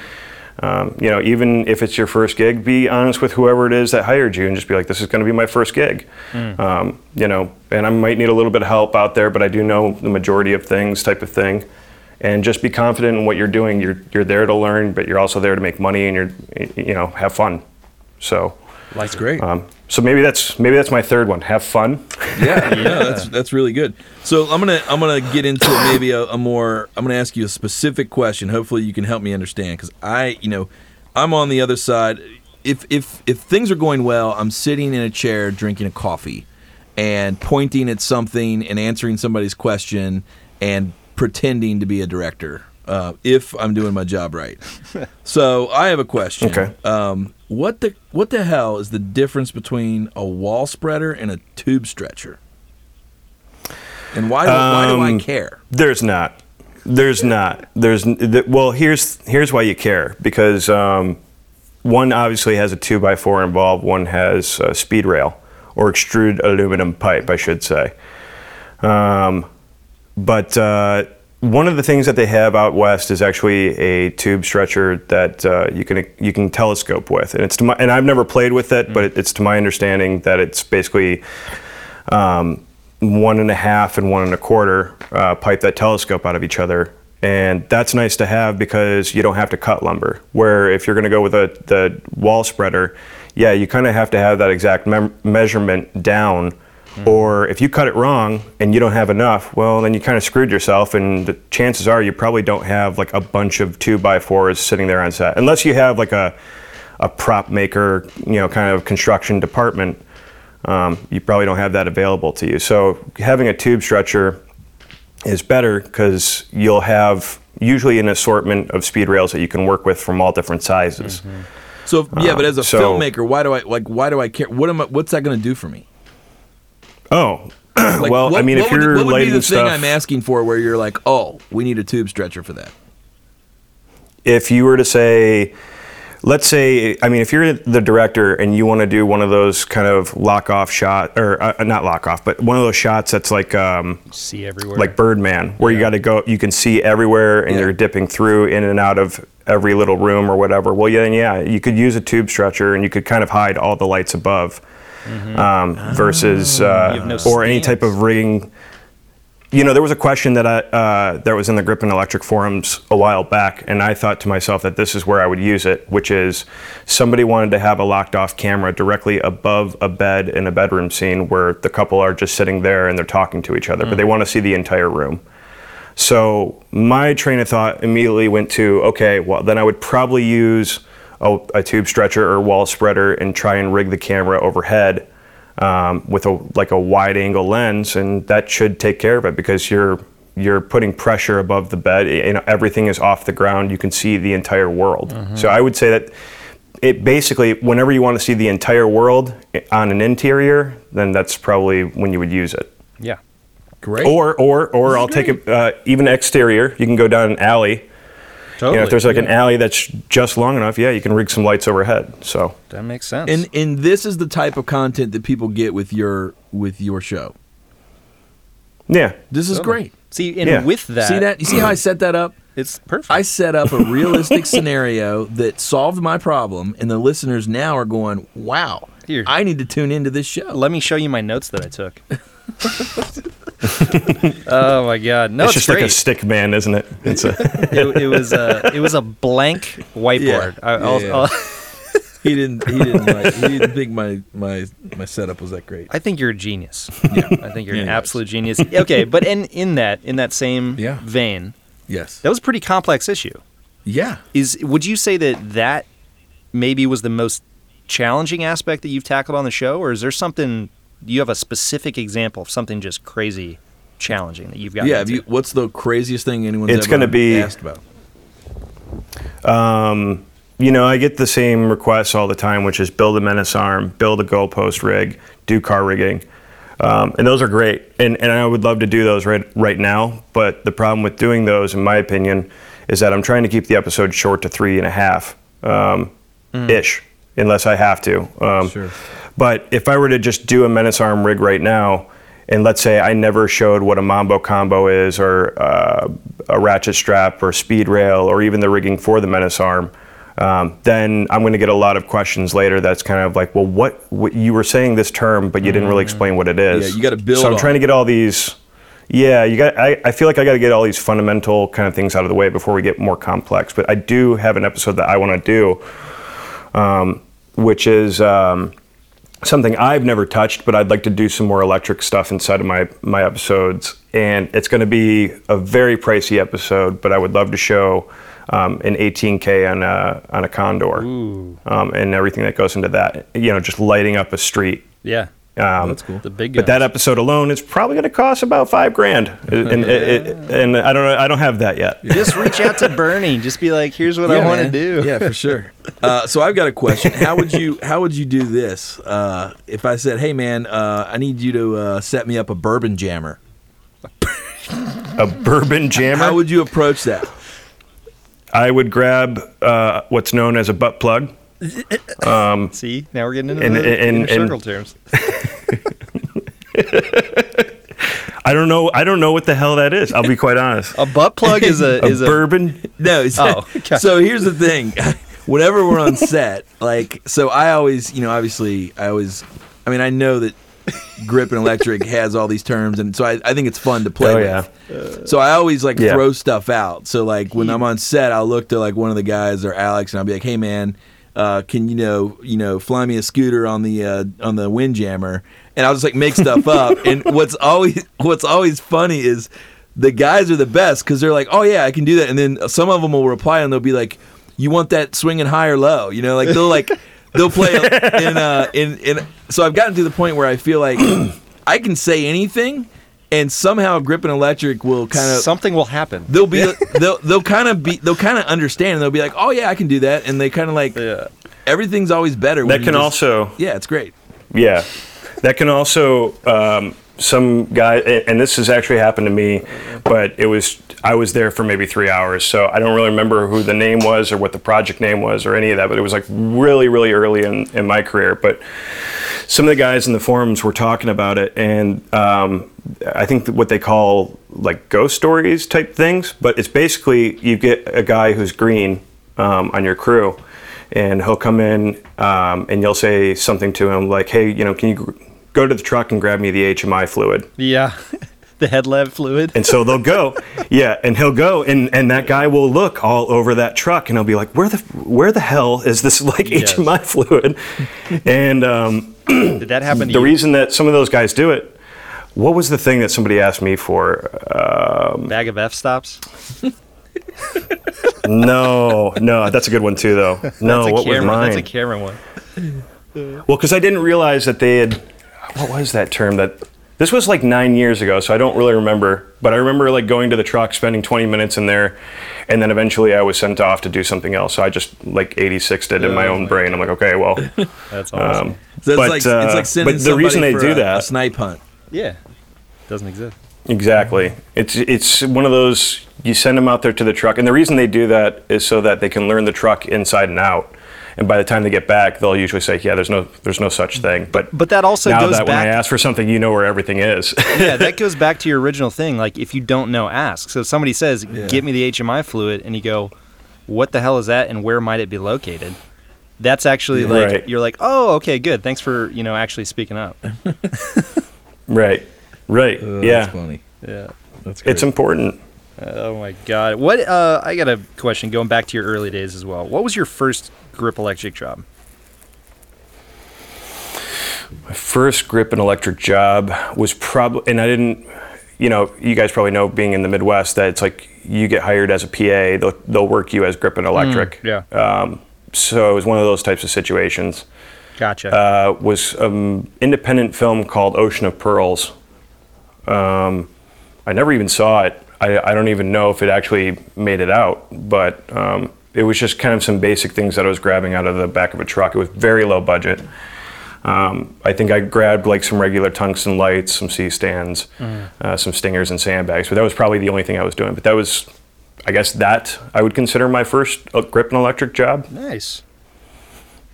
S5: Um, you know, even if it's your first gig, be honest with whoever it is that hired you and just be like, this is going to be my first gig. Um, you know, and I might need a little bit of help out there, but I do know the majority of things type of thing. And just be confident in what you're doing. You're, you're there to learn, but you're also there to make money and you're, you know, have fun. So,
S1: That's great.
S5: um, so maybe that's, maybe that's my third one. Have fun.
S3: yeah, yeah, that's that's really good. So I'm gonna I'm gonna get into maybe a, a more I'm gonna ask you a specific question. Hopefully you can help me understand because I you know I'm on the other side. If if if things are going well, I'm sitting in a chair drinking a coffee and pointing at something and answering somebody's question and pretending to be a director. Uh, if I'm doing my job right, so I have a question.
S5: Okay.
S3: Um, what the what the hell is the difference between a wall spreader and a tube stretcher? And why do, why do I
S5: Um,
S3: care?
S5: There's not. There's not. There's n- th- well. Here's here's why you care because um, one obviously has a two by four involved. One has uh, speed rail or extrude aluminum pipe, I should say. Um, but uh, one of the things that they have out west is actually a tube stretcher that uh, you can you can telescope with, and it's to my, and I've never played with it, but it, it's to my understanding that it's basically um, one and a half and one and a quarter uh, pipe that telescope out of each other. And that's nice to have because you don't have to cut lumber. Where if you're going to go with a, the wall spreader, yeah, you kind of have to have that exact mem- measurement down. Or if you cut it wrong and you don't have enough, well, then you kind of screwed yourself. And the chances are you probably don't have like a bunch of two by fours sitting there on set, unless you have like a a prop maker, you know, kind of construction department um, you probably don't have that available to you. So having a tube stretcher is better because you'll have usually an assortment of speed rails that you can work with from all different sizes.
S3: Mm-hmm. So if- yeah, but as a
S5: so-
S3: filmmaker, why do I like why do I care? What am I, what's that going to do for me?
S5: Oh,
S3: Like,
S5: well, I
S3: what-
S5: mean,
S3: what
S5: if
S3: would,
S5: you're
S3: what would be
S5: lighting
S3: the
S5: stuff,
S3: thing I'm asking for, where you're like, oh, we need a tube stretcher for that.
S5: if you were to say, let's say, I mean, if you're the director and you want to do one of those kind of lock off shot, or uh, not lock off, but one of those shots that's like um,
S4: See everywhere.
S5: like Birdman, where you got to go, you can see everywhere, and you're dipping through in and out of every little room or whatever. Well, yeah, then yeah, you could use a tube stretcher, and you could kind of hide all the lights above, um, versus uh,
S4: Ah. have no
S5: or any
S4: stands.
S5: type of rigging. you know, there was a question that I uh, that was in the Grip and Electric forums a while back, and I thought to myself that this is where I would use it, which is somebody wanted to have a locked off camera directly above a bed in a bedroom scene where the couple are just sitting there and they're talking to each other,
S4: Mm.
S5: but they want to see the entire room. So my train of thought immediately went to okay, well then I would probably use a, a tube stretcher or wall spreader and try and rig the camera overhead um, with a like a wide angle lens, and that should take care of it because you're you're putting pressure above the bed. eh, You know, everything is off the ground. You can see the entire world. So I would say that it basically whenever you want to see the entire world eh, on an interior, then that's probably when you would use it.
S4: Yeah.
S1: Great.
S5: Or or or I'll take it uh, even exterior. You can go down an alley.
S4: Totally.
S5: You know, if there's like an alley that's just long enough, yeah, you can rig some lights overhead. So
S4: that makes sense.
S3: And and this is the type of content that people get with your with your show.
S5: yeah,
S3: This is great.
S4: see, and
S5: Yeah.
S4: with that,
S3: See that? You see how I set that up?
S4: it's perfect.
S3: I set up a realistic scenario that solved my problem, and the listeners now are going, "Wow,
S4: Here.
S3: I need to tune into this show."
S4: Let me show you my notes that I took. oh my god! No,
S5: it's
S4: it's,
S5: just
S4: great.
S5: like a stick man, isn't it? It's a,
S4: it, it was a it was a blank whiteboard. I, I'll,
S3: yeah.
S4: I'll,
S3: He didn't. He didn't. Like, he didn't think my my my setup was that great.
S4: I think you're a genius. Yeah, I think you're an absolute genius. Okay, but in in that in that same
S3: Yeah.
S4: vein,
S3: Yes.
S4: that was a pretty complex issue.
S3: Yeah.
S4: Is would you say that that maybe was the most challenging aspect that you've tackled on the show, or is there something you have a specific example of something just crazy challenging that you've got?
S3: Yeah. Have you, what's the craziest thing anyone's
S5: It's
S3: ever
S5: gonna be-
S3: asked about?
S5: you know, I get the same requests all the time, which is build a menace arm, build a goalpost rig, do car rigging, um, and those are great. And and I would love to do those right right now, but the problem with doing those, in my opinion, is that I'm trying to keep the episode short to three and a half um, ish, unless I have to. Um,
S3: Sure.
S5: But if I were to just do a menace arm rig right now, and let's say I never showed what a mambo combo is, or uh, a ratchet strap, or speed rail, or even the rigging for the menace arm, um, then I'm going to get a lot of questions later. That's kind of like, well, what, what you were saying this term, but you didn't really explain what it is.
S3: Yeah, you gotta build
S5: So I'm
S3: on
S5: trying to get all these. Yeah, you got. I, I feel like I got to get all these fundamental kind of things out of the way before we get more complex. But I do have an episode that I want to do, um, which is. Um, something I've never touched, but I'd like to do some more electric stuff inside of my my episodes. And it's going to be a very pricey episode, but I would love to show um, an 18k on a on a condor um, and everything that goes into that. You know, just lighting up a street.
S4: Yeah,
S5: Um,
S3: That's cool.
S4: the big.
S5: But that
S4: guns.
S5: episode alone is probably going to cost about five grand, and it, it, and I don't know, I don't have that yet.
S4: just reach out to Bernie. Just be like, here's what I
S3: Yeah,
S4: want to
S3: man.
S4: do.
S3: Yeah, for sure. Uh, so I've got a question. How would you How would you do this uh, if I said, "Hey, man, uh, I need you to uh, set me up a bourbon jammer"?
S5: A bourbon jammer.
S3: How would you approach that?
S5: I would grab uh, what's known as a butt plug.
S4: See, now we're getting into
S5: And-
S4: the
S5: and-
S4: inner
S5: and-
S4: circle terms.
S5: I don't know. I don't know what the hell that is. I'll be quite honest.
S3: Oh,
S4: A butt plug is a,
S5: a
S4: is
S5: bourbon.
S3: No. it's-
S4: Oh, okay.
S3: so here's the thing. Whenever we're on set, like, so I always, you know, obviously, I always, I mean, I know that grip and electric has all these terms, and so I, I think it's fun to play
S5: Oh,
S3: with. So I always like
S5: Yeah.
S3: throw stuff out. So like when I'm on set, I'll look to like one of the guys or Alex, and I'll be like, "Hey man, uh, can you know you know fly me a scooter on the uh, on the windjammer?" And I'll just like make stuff up. and what's always what's always funny is the guys are the best because they're like, "Oh yeah, I can do that," and then some of them will reply and they'll be like, "You want that swinging high or low?" You know, like they'll like. They'll play in uh in in so I've gotten to the point where I feel like I can say anything and somehow Grip and Electric will
S4: a
S3: kind of
S4: something will happen.
S3: they'll be they'll they'll kind of be they'll kind of understand and they'll be like, "Oh yeah, I can do that." And they kind of like
S4: Yeah.
S3: everything's always better when
S5: That
S3: you
S5: can
S3: just-
S5: also.
S3: Yeah, it's great.
S5: Yeah. That can also um, some guy, a- and this has actually happened to me, but it was I was there for maybe three hours, so I don't really remember who the name was or what the project name was or any of that. But it was like really, really early in, in my career. But some of the guys in the forums were talking about it, and um, I think that what they call like ghost stories type things. But it's basically you get a guy who's green um, on your crew, and he'll come in um, and you'll say something to him like, "Hey, you know, can you gr- go to the truck and grab me the HMI fluid?"
S4: Yeah. the head lab fluid.
S5: And so they'll go, yeah, and he'll go, and, and that guy will look all over that truck, and he'll be like, "Where the where the hell is this like
S4: Yes.
S5: HMI fluid?" And um,
S4: Did that happen to
S5: the
S4: you?
S5: reason that some of those guys do it, what was the thing that somebody asked me for? Um,
S4: Bag of F stops.
S5: no, no, that's a good one too, though. No,
S4: That's a
S5: what was
S4: Cameron.
S5: mine?
S4: That's a Cameron one.
S5: Well, because I didn't realize that they had. What was that term? That this was like nine years ago, so I don't really remember. But I remember like going to the truck, spending 20 minutes in there, and then eventually I was sent off to do something else. So I just like 86 did in my own brain. I'm like, okay, well,
S4: That's awesome.
S5: Um,
S3: Oh So it's
S5: But,
S3: like
S5: uh,
S3: it's like sending
S5: but the reason
S3: somebody
S5: they
S3: for
S5: do
S3: a-
S5: that-
S3: a snipe hunt.
S4: yeah, doesn't exist.
S5: exactly. It's it's one of those you send them out there to the truck, and the reason they do that is so that they can learn the truck inside and out. And by the time they get back, they'll usually say, "Yeah, there's no, there's no such thing." But
S4: But that also
S5: now
S4: goes
S5: that when I
S4: back.
S5: ask for something, you know where everything is.
S4: yeah, that goes back to your original thing. Like, if you don't know, ask. So if somebody says, "Get me the HMI fluid," and you go, "What the hell is that? And where might it be located?" That's actually like
S5: Right.
S4: you're like, "Oh, okay, good. Thanks for you know actually speaking up."
S5: Right. Right.
S3: That's
S5: yeah.
S3: funny.
S4: Yeah.
S3: That's great.
S5: It's important.
S4: Oh my god. What? Uh, I got a question going back to your early days as well. What was your first grip electric job?
S5: My first grip and electric job was probably, and I didn't, you know, you guys probably know being in the Midwest that it's like you get hired as a PA, they'll, they'll work you as grip and electric.
S4: yeah.
S5: Um, so it was one of those types of situations.
S4: Gotcha.
S5: uh, was an independent film called Ocean of Pearls. Um, I never even saw it. I, I don't even know if it actually made it out, but um, it was just kind of some basic things that I was grabbing out of the back of a truck. It was very low budget. Um, I think I grabbed like some regular tungsten lights, some C stands, uh, some stingers and sandbags, but that was probably the only thing I was doing. But that was, I guess, that I would consider my first uh, grip and electric job
S4: nice.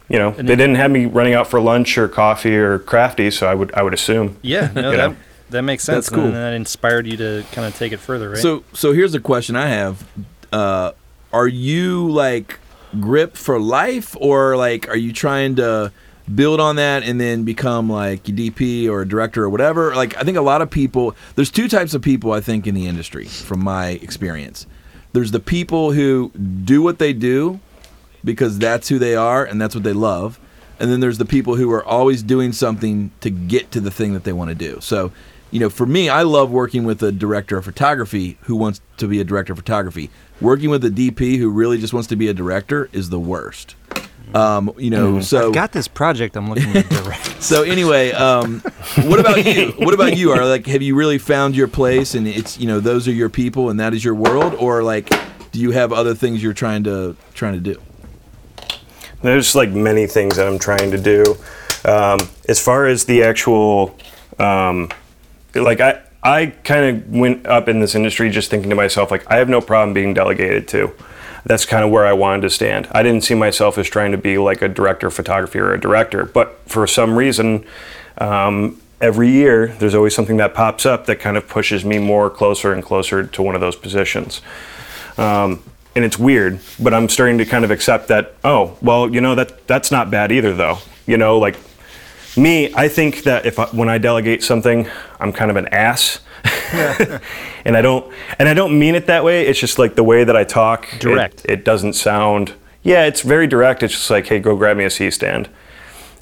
S5: you know, they didn't have me running out for lunch or coffee or crafty, so I would I would assume.
S4: Yeah. No,
S5: You
S4: that
S5: know?
S4: that makes sense.
S3: That's
S4: And then
S3: cool.
S4: that inspired you to kind of take it further, right?
S3: So so here's a question I have. Uh, are you like grip for life or like are you trying to build on that and then become like a DP or a director or whatever? Like I think a lot of people there's two types of people I think in the industry from my experience. There's the people who do what they do because that's who they are and that's what they love. And then there's the people who are always doing something to get to the thing that they want to do. So, you know, for me, I love working with a director of photography who wants to be a director of photography. Working with a DP who really just wants to be a director is the worst. Um, you know, so
S2: Mm. I've got this project I'm looking to direct.
S3: so anyway, um, what about you? What about you? Are like, have you really found your place and it's you know those are your people and that is your world, or like, do you have other things you're trying to trying to do?
S5: There's like many things that I'm trying to do. Um, as far as the actual, um, like I I kind of went up in this industry just thinking to myself like I have no problem being delegated to. That's kind of where I wanted to stand. I didn't see myself as trying to be like a director of photography or a director, but for some reason, um, every year there's always something that pops up that kind of pushes me more closer and closer to one of those positions. Um, and it's weird, but I'm starting to kind of accept that. Oh, well, you know that that's not bad either, though. You know, like me, I think that if I, when I delegate something, I'm kind of an ass, and I don't and I don't mean it that way. It's just like the way that I talk. it-
S4: Direct.
S5: It, doesn't sound. Yeah, it's very direct. It's just like, hey, go grab me a C stand.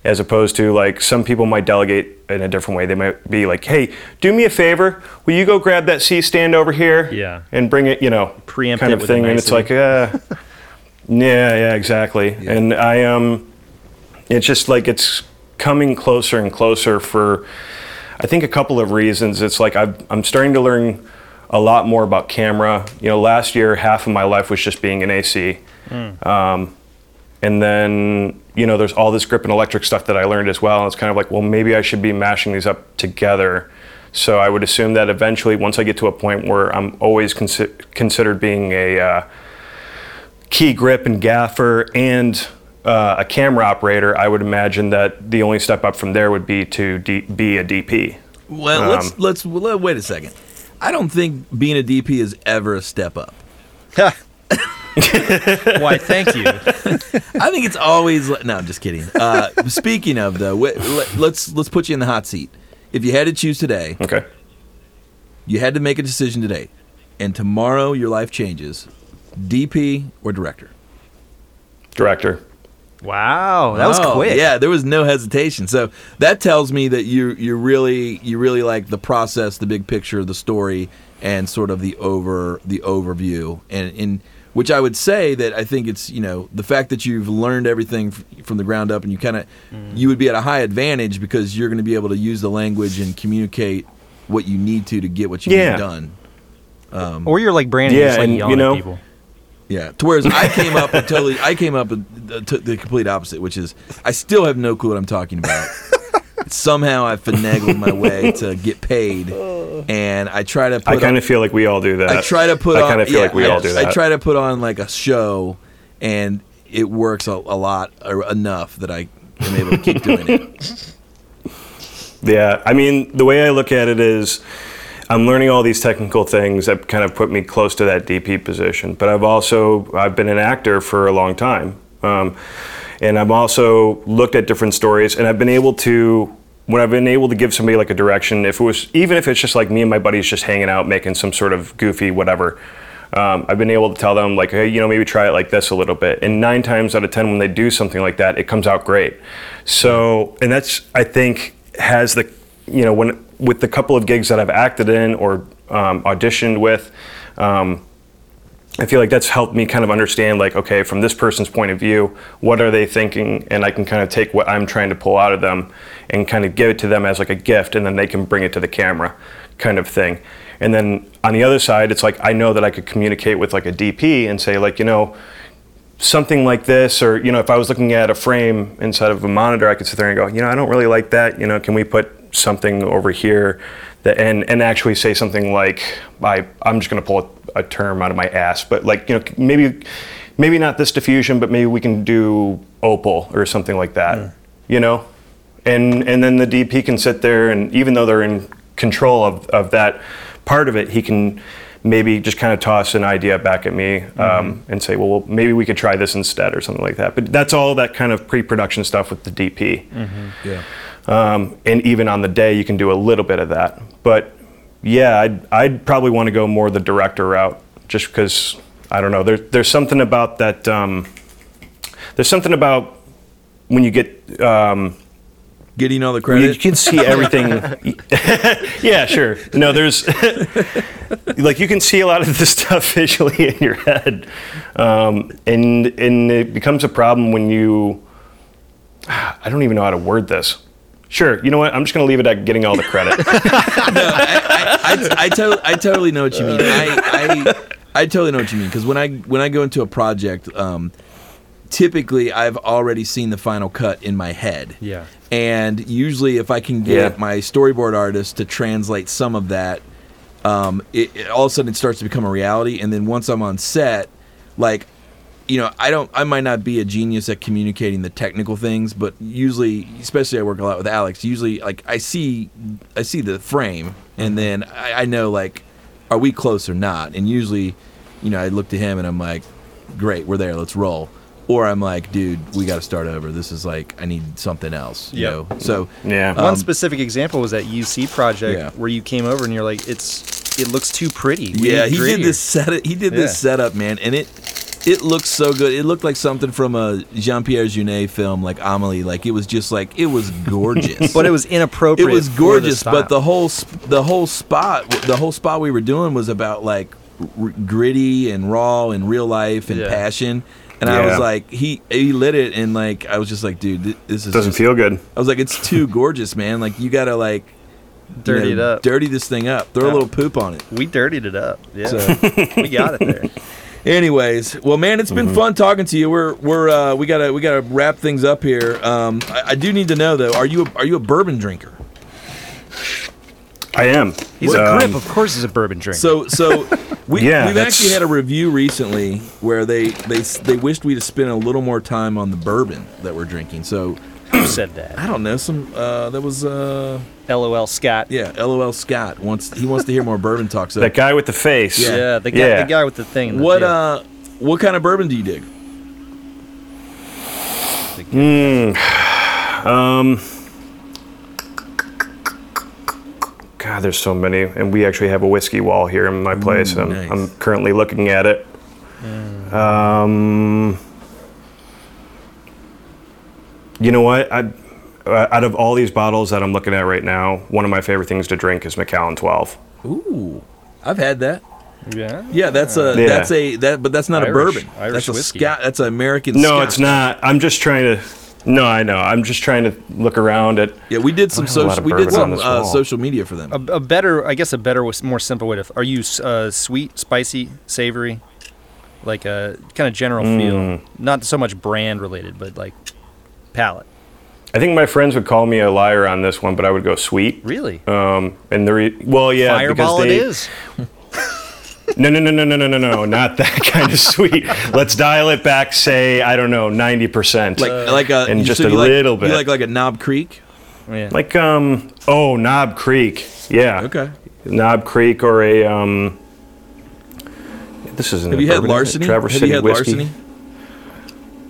S5: As opposed to like some people might delegate in a different way. They might be like, "Hey, do me a favor. Will you go grab that C stand over here?
S4: Yeah.
S5: and bring it. You know,
S4: Preempt
S5: kind
S4: it
S5: of
S4: with a
S5: thing, and it's like,
S4: nicety.
S5: uh, yeah, yeah, exactly. And I um, it's just like it's coming closer and closer for, I think a couple of reasons. It's like I've, I'm starting to learn a lot more about camera. You know, last year half of my life was just being an AC. Um, and then you know, there's all this grip and electric stuff that I learned as well. And it's kind of like, well, maybe I should be mashing these up together. So I would assume that eventually, once I get to a point where I'm always consi- considered being a uh, key grip and gaffer and uh, a camera operator, I would imagine that the only step up from there would be to D- be a DP.
S3: Well,
S5: Um,
S3: let's let's well, wait a second. I don't think being a DP is ever a step up.
S4: why? Thank you.
S3: I think it's always li- no. I'm just kidding. Uh, speaking of though, wh- le- let's let's put you in the hot seat. If you had to choose today,
S5: Okay.
S3: You had to make a decision today, and tomorrow your life changes. DP or director?
S5: Director.
S4: Wow, that was
S3: Oh,
S4: quick.
S3: Yeah, there was no hesitation. So that tells me that you you really you really like the process, the big picture, the story, and sort of the over the overview. And in which I would say that I think it's you know the fact that you've learned everything f- from the ground up, and you kind of
S4: Mm-hmm.
S3: you would be at a high advantage because you're going to be able to use the language and communicate what you need to to get what you
S5: Yeah.
S3: need done.
S4: Or you're like Brandon,
S5: Yeah,
S4: just like
S5: and,
S4: yelling
S5: you know-
S4: at people.
S3: Yeah. To whereas I came up with totally, I came up with the, to the complete opposite, which is I still have no clue what I'm talking about. Somehow I finagled my way to get paid, and I try to. Put
S5: I kind
S3: on-
S5: of feel like we all do that.
S3: I try to put
S5: I
S3: on.
S5: kind of feel
S3: yeah,
S5: like we
S3: I-
S5: all do that.
S3: I try to put on like a show, and it works a, a lot or enough that I am able to keep doing it.
S5: Yeah, I mean, the way I look at it is I'm learning all these technical things that kind of put me close to that DP position, but I've also I've been an actor for a long time. Um, and I've also looked at different stories and I've been able to when I've been able to give somebody like a direction, if it was even if it's just like me and my buddies just hanging out making some sort of goofy whatever, um, I've been able to tell them like, hey, you know, maybe try it like this a little bit. And nine times out of ten, when they do something like that, it comes out great. So, and that's I think has the, you know, when with the couple of gigs that I've acted in or um, auditioned with. Um, I feel like that's helped me kind of understand, like, okay, from this person's point of view, what are they thinking? And I can kind of take what I'm trying to pull out of them and kind of give it to them as like a gift, and then they can bring it to the camera kind of thing. And then on the other side, it's like, I know that I could communicate with like a DP and say, like, you know, something like this, or, you know, if I was looking at a frame inside of a monitor, I could sit there and go, you know, I don't really like that. You know, can we put something over here? That, and, and actually say something like I I'm just gonna pull a, a term out of my ass, but like you know maybe maybe not this diffusion, but maybe we can do opal or something like that, you know, and and then the DP can sit there and even though they're in control of of that part of it, he can maybe just kind of toss an idea back at me um, and say, well, well, maybe we could try this instead or something like that. But that's all that kind of pre-production stuff with the DP.
S3: Yeah.
S5: Um, and even on the day, you can do a little bit of that. But yeah, I'd, I'd probably want to go more the director route just because, I don't know, there, there's something about that, um, there's something about when you get, um,
S3: Getting all the
S5: you,
S3: credit.
S5: you can see everything. yeah, sure. No, there's, like, you can see a lot of this stuff visually in your head. Um, and, and it becomes a problem when you, I don't even know how to word this. Sure, you know what? I'm just going to leave it at getting all the credit.
S3: I, I, to- I totally know what you mean. I, I, I totally know what you mean because when I when I go into a project, um, typically I've already seen the final cut in my head.
S4: Yeah.
S3: And usually, if I can get
S5: Yeah.
S3: my storyboard artist to translate some of that, um, it, it all of a sudden it starts to become a reality. And then once I'm on set, like you know, I don't, I might not be a genius at communicating the technical things, but usually, especially I work a lot with Alex. Usually, like I see, I see the frame, and then I, I know like, are we close or not? And usually, you know, I look to him and I'm like, great, we're there, let's roll. Or I'm like, dude, we got to start over. This is like, I need something else. You
S4: Yeah.
S3: know? So
S5: Yeah.
S4: One
S3: um,
S4: specific example was that UC project
S3: Yeah.
S4: where you came over and you're like, it's it looks too pretty. We
S3: Yeah,
S4: need
S3: he did
S4: grittier."
S3: this setup. He did
S4: Yeah.
S3: this setup, man, and it it looked so good. It looked like something from a Jean Pierre Junet film, like Amelie. Like it was just like it was gorgeous.
S4: but it was inappropriate.
S3: it was
S4: for the
S3: gorgeous.
S4: style.
S3: but the whole sp- the whole spot the whole spot we were doing was about like r- gritty and raw and real life and
S4: Yeah.
S3: passion. And I
S5: Yeah.
S3: was like, he he lit it, and like I was just like, dude, thi- this is
S5: Doesn't
S3: just-
S5: feel good.
S3: I was like, it's too gorgeous, man. Like you gotta like you
S4: dirty
S3: know,
S4: it up.
S3: dirty this thing up, throw
S4: Yeah.
S3: a little poop on it.
S4: we dirtied it up. Yeah,
S3: So-
S4: we got it there.
S3: Anyways, well, man, it's been fun talking to you. We're we're uh, we gotta we gotta wrap things up here. Um, I, I do need to know though, are you a, are you a bourbon drinker?
S5: I am.
S4: He's a
S5: Um,
S4: grip. Of course, he's a bourbon drinker.
S3: So so we
S5: Yeah,
S3: we've
S5: that's-
S3: actually had a review recently where they they s- they wished we'd have spent a little more time on the bourbon that we're drinking. So
S4: who said that?
S3: I don't know some uh, that was uh,
S4: LOL, Scott.
S3: yeah, LOL Scott wants he wants to hear more bourbon talk. So
S5: That guy with the face.
S4: yeah. the guy,
S5: Yeah.
S4: the guy with the thing. in the
S3: what
S4: field.
S3: uh what kind of bourbon do you dig?
S5: Um, God, there's so many, and we actually have a whiskey wall here in my place. and
S4: Mm,
S5: I'm, I'm currently looking at it. Um, you know what? I, uh, out of all these bottles that I'm looking at right now, one of my favorite things to drink is Macallan 12.
S3: Ooh, I've had that.
S4: Yeah.
S3: Yeah, that's a
S5: Yeah.
S3: that's a that, but that's not a
S4: Irish-
S3: bourbon.
S4: Irish
S3: that's a
S4: whiskey.
S3: Scot. That's an American.
S5: No,
S3: Scotch.
S5: it's not. I'm just trying to. No, I know. I'm just trying to look around at.
S3: Yeah, we did some
S5: I have a lot
S3: social.
S5: of
S3: We
S5: bourbon
S3: did
S5: on
S3: some
S5: this
S3: uh,
S5: wall.
S3: social media for them.
S4: A, a better, I guess, a better, was- more simple way to. Are you uh, sweet, spicy, savory, like a kind of general
S5: Mm.
S4: feel? Not so much brand related, but like palate.
S5: I think my friends would call me a liar on this one, but I would go sweet.
S4: Really?
S5: Um, and the re- well, yeah,
S4: Fireball
S5: because they,
S4: it is.
S5: No, no, no, no, no, no, no, no, not that kind of sweet. Let's dial it back. Say, I don't know, ninety percent.
S3: like uh, like a
S5: and
S3: you-
S5: just
S3: so
S5: a
S3: you
S5: little
S3: like,
S5: bit.
S3: You like like a Knob Creek.
S4: Yeah.
S5: like um, oh, Knob Creek. Yeah.
S3: Okay.
S5: Knob Creek or a um. This isn't.
S3: Have
S5: a
S3: you had
S5: bourbon, is it?
S3: larceny?
S5: Traverse
S3: Have
S5: City
S3: you had
S5: whiskey.
S3: larceny?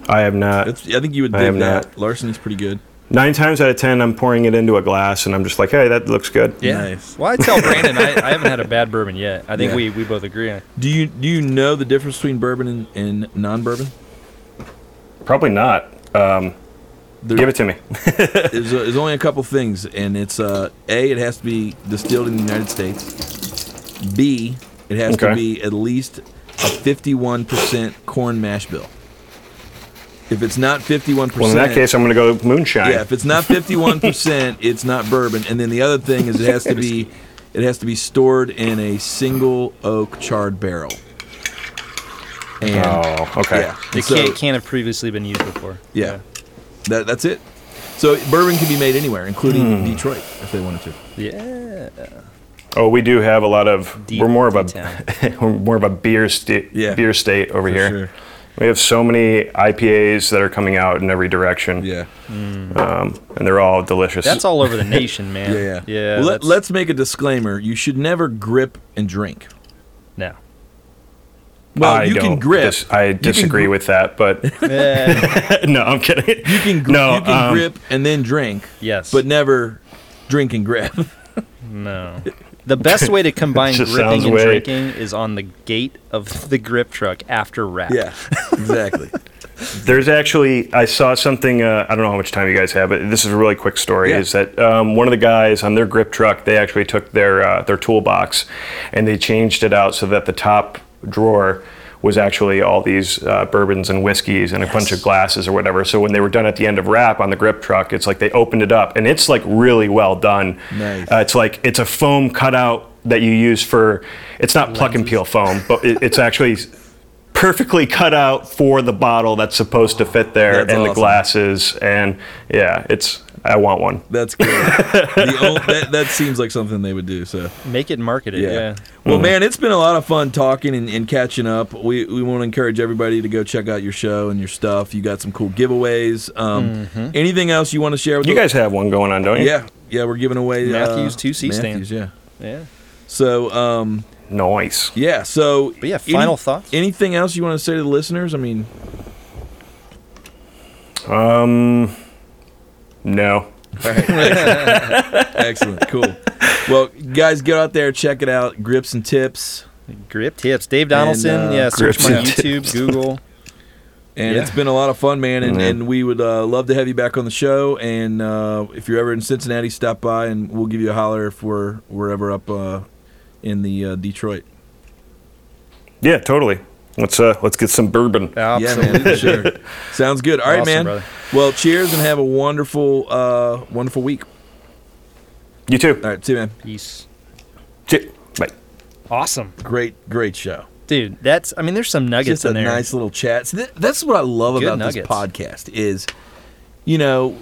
S5: I have not.
S3: It's, I think you would
S5: I
S3: dig
S5: am
S3: that.
S5: not.
S3: Larceny's pretty good.
S5: Nine times out of ten, I'm pouring it into a glass, and I'm just like, hey, that looks good.
S4: Yeah.
S3: Nice.
S4: Well, I tell Brandon I, I haven't had a bad bourbon yet. I think
S3: Yeah.
S4: we, we both agree on it.
S3: Do you do you know the difference between bourbon and, and non-bourbon?
S5: Probably not. Um,
S3: There-
S5: give it to me.
S3: there's, there's only a couple things, and it's uh, a it has to be distilled in the United States. B it has to
S5: Okay.
S3: be at least a 51% corn mash bill. If it's not 51%,
S5: Well, in that case, I'm going to go moonshine.
S3: yeah, if it's not 51%, it's not bourbon. And then the other thing is it has to be it has to be stored in a single oak charred barrel. And
S5: oh, okay.
S3: yeah,
S4: It
S3: and so-
S4: can't, can't have previously been used before.
S3: yeah. That, that's it. So bourbon can be made anywhere, including Detroit, if they wanted to.
S4: Yeah.
S5: Oh, we do have a lot of.
S4: Deep
S5: we're more of
S4: detail.
S5: a we're more of a beer sta-
S3: Yeah.
S5: beer state over here.
S3: sure.
S5: We have so many IPAs that are coming out in every direction, um,
S3: Yeah.
S5: and they're all delicious.
S4: That's all over the nation, man.
S3: Yeah.
S4: Yeah.
S3: Well, let,
S4: that's-
S3: let's make a disclaimer. You should never grip and drink.
S4: No.
S3: Well,
S5: I
S3: you
S5: don't
S3: can grip.
S5: dis- I
S3: you can
S5: disagree
S3: gr-
S5: with that, but
S4: Eh,
S5: no, I'm kidding. You
S3: can gr-
S5: no,
S3: you can
S5: um,
S3: grip and then drink.
S4: Yes.
S3: But never drink and grip.
S4: no. The best way to combine
S5: Just
S4: gripping
S5: sounds
S4: and
S5: way-
S4: drinking is on the gate of the grip truck after wrap.
S3: yeah. Exactly.
S5: There's actually, I saw something. Uh, I don't know how much time you guys have, but this is a really quick story.
S3: Yeah.
S5: Is that um, one of the guys on their grip truck? They actually took their uh, their toolbox, and they changed it out so that the top drawer was actually all these uh, bourbons and whiskeys and a bunch of glasses or whatever. So when they were done at the end of wrap on the grip truck, it's like they opened it up, and it's like really well done.
S3: Nice.
S5: Uh, it's like it's a foam cutout that you use for. It's not pluck and peel foam, but it, it's actually perfectly cut out for the bottle that's supposed to fit there
S3: That's
S5: and
S3: awesome.
S5: the glasses and yeah it's i want one
S3: That's good. the ol- that, that seems like something they would do. So.
S4: Make it and market it. Yeah.
S3: Well,
S4: Mm-hmm.
S3: man, it's been a lot of fun talking and, and catching up. We, we want to encourage everybody to go check out your show and your stuff. You got some cool giveaways. Um,
S4: Mm-hmm.
S3: Anything else you want to share with
S5: you
S3: the-
S5: guys have one going on don't you
S3: Yeah, yeah, we're giving away uh,
S4: Matthews 2C
S3: Matthews,
S4: stand.
S3: Yeah.
S4: Yeah.
S3: So, um,
S5: nice
S3: yeah. So,
S4: But yeah, final thoughts?
S3: Anything else you want to say to the listeners? I mean,
S5: Um, no
S3: excellent, cool. Well, guys, get out there, check it out. Grips and tips,
S4: Grip tips. Dave Donaldson.
S3: uh,
S4: yeah. Search
S5: grips
S4: my
S5: and
S4: YouTube, Google.
S3: and
S4: Yeah.
S3: it's been a lot of fun, man. And,
S5: Yeah.
S3: and we would uh, love to have you back on the show. And uh, if you're ever in Cincinnati, stop by, and we'll give you a holler if we're we're ever up uh, in the uh, Detroit.
S5: yeah totally let's uh let's get some bourbon
S4: Absolutely.
S3: Yeah, man, for sure. Sounds good. All right,
S4: Awesome,
S3: man.
S4: brother.
S3: Well, cheers and have a wonderful, uh, wonderful week.
S5: you too
S3: All right, see you, man.
S4: Peace.
S5: Che- bye
S4: Awesome.
S3: Great, great show.
S4: Dude, that's, I mean, there's some nuggets
S3: Just a
S4: in there.
S3: nice little chat. So th- that's what I love
S4: Good
S3: about this
S4: nuggets.
S3: podcast is, you know,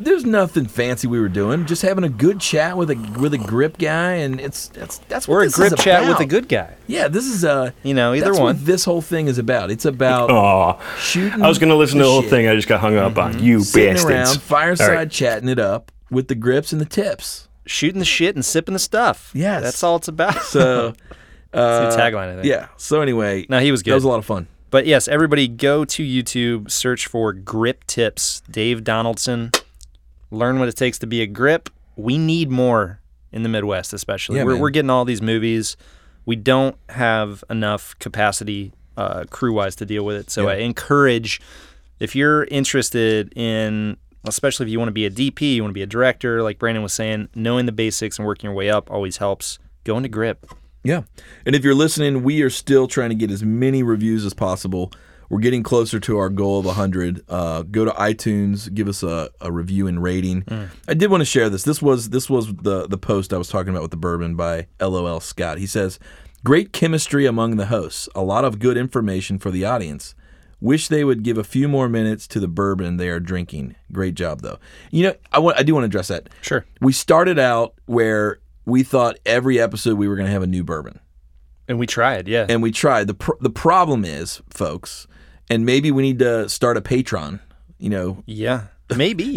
S3: there's nothing fancy we were doing. Just having a good chat with a with a grip guy, and it's that's that's what
S4: or a
S3: this
S4: grip
S3: is
S4: chat with
S3: about.
S4: a good guy.
S3: Yeah, this is a
S4: You know, either
S3: that's what
S4: one.
S3: this whole thing is about. It's about
S5: oh
S3: shooting.
S5: i was gonna listen to the whole
S3: shit. Mm-hmm.
S5: thing i just got hung up on you
S3: Sitting
S5: bastards
S3: around, fireside
S5: All right.
S3: chatting it up with the grips and the tips.
S4: Shooting the shit and sipping the stuff.
S3: Yes.
S4: That's all it's about.
S3: So, uh,
S4: That's the tagline, I think.
S3: Yeah. So anyway,
S4: No, he was
S3: That
S4: good.
S3: was a lot of fun.
S4: But yes, everybody go to YouTube, search for Grip Tips, Dave Donaldson. Learn what it takes to be a grip. We need more in the Midwest, especially.
S3: Yeah,
S4: we're,
S3: man.
S4: we're getting all these movies. We don't have enough capacity uh, crew wise to deal with it. So I encourage if you're interested in, especially if you want to be a DP, you want to be a director, like Brandon was saying, knowing the basics and working your way up always helps. Go into grip.
S3: Yeah. And if you're listening, we are still trying to get as many reviews as possible. We're getting closer to our goal of 100. Uh, go to iTunes, give us a, a review and rating. I did want to share this. This was this was the the post I was talking about with the bourbon by LOL Scott. He says, "Great chemistry among the hosts. A lot of good information for the audience. Wish they would give a few more minutes to the bourbon they are drinking. Great job, though. You know, I want I do want to address that.
S4: Sure.
S3: We started out where we thought every episode we were going to have a new bourbon."
S4: And we tried, yeah.
S3: and we tried. the pr- The problem is, folks, and maybe we need to start a Patreon. You know,
S4: yeah. Maybe.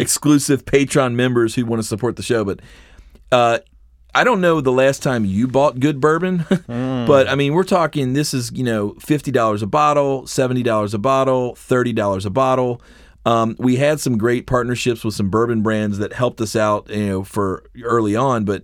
S3: exclusive Patreon members who want to support the show. But uh, I don't know the last time you bought good bourbon, but I mean, we're talking this is, you know, $50 a bottle, $70 a bottle, $30 a bottle. Um, we had some great partnerships with some bourbon brands that helped us out, you know, for early on, but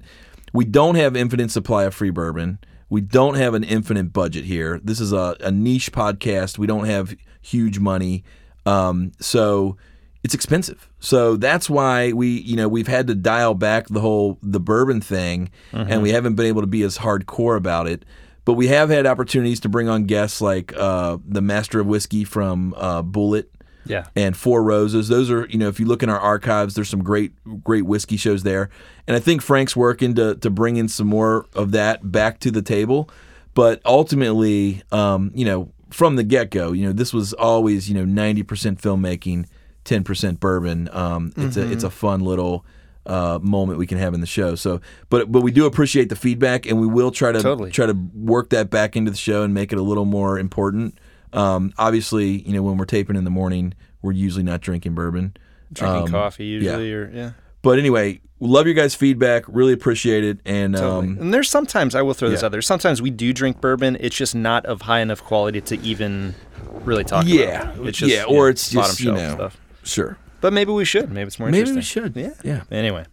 S3: we don't have infinite supply of free bourbon. We don't have an infinite budget here. This is a, a niche podcast. We don't have huge money. Um, so it's expensive. So that's why we, you know, we've had to dial back the whole the bourbon thing, and we haven't been able to be as hardcore about it. But we have had opportunities to bring on guests like uh, the master of whiskey from uh, Bullet
S4: yeah.
S3: and Four Roses. Those are, you know, if you look in our archives, there's some great, great whiskey shows there. And I think Frank's working to to bring in some more of that back to the table. But ultimately, um, you know, from the get go, you know, this was always, you know, ninety percent filmmaking, ten percent bourbon. Um, it's
S4: Mm-hmm.
S3: a it's a fun little. Uh, moment we can have in the show. So, but but we do appreciate the feedback, and we will try to
S4: Totally.
S3: try to work that back into the show and make it a little more important. Um, obviously, you know, when we're taping in the morning, we're usually not drinking bourbon.
S4: Drinking
S3: Um,
S4: coffee usually or yeah.
S3: But anyway, love your guys' feedback. Really appreciate it. And um,
S4: and there's sometimes I will throw this
S3: yeah.
S4: out there. Sometimes we do drink bourbon. It's just not of high enough quality to even really talk
S3: Yeah.
S4: about. It's just
S3: Yeah, or it's just,
S4: bottom
S3: you
S4: shelf
S3: know,
S4: stuff.
S3: sure,
S4: But maybe we should. Maybe it's more
S3: maybe
S4: interesting.
S3: we should. Yeah, yeah.
S4: Anyway,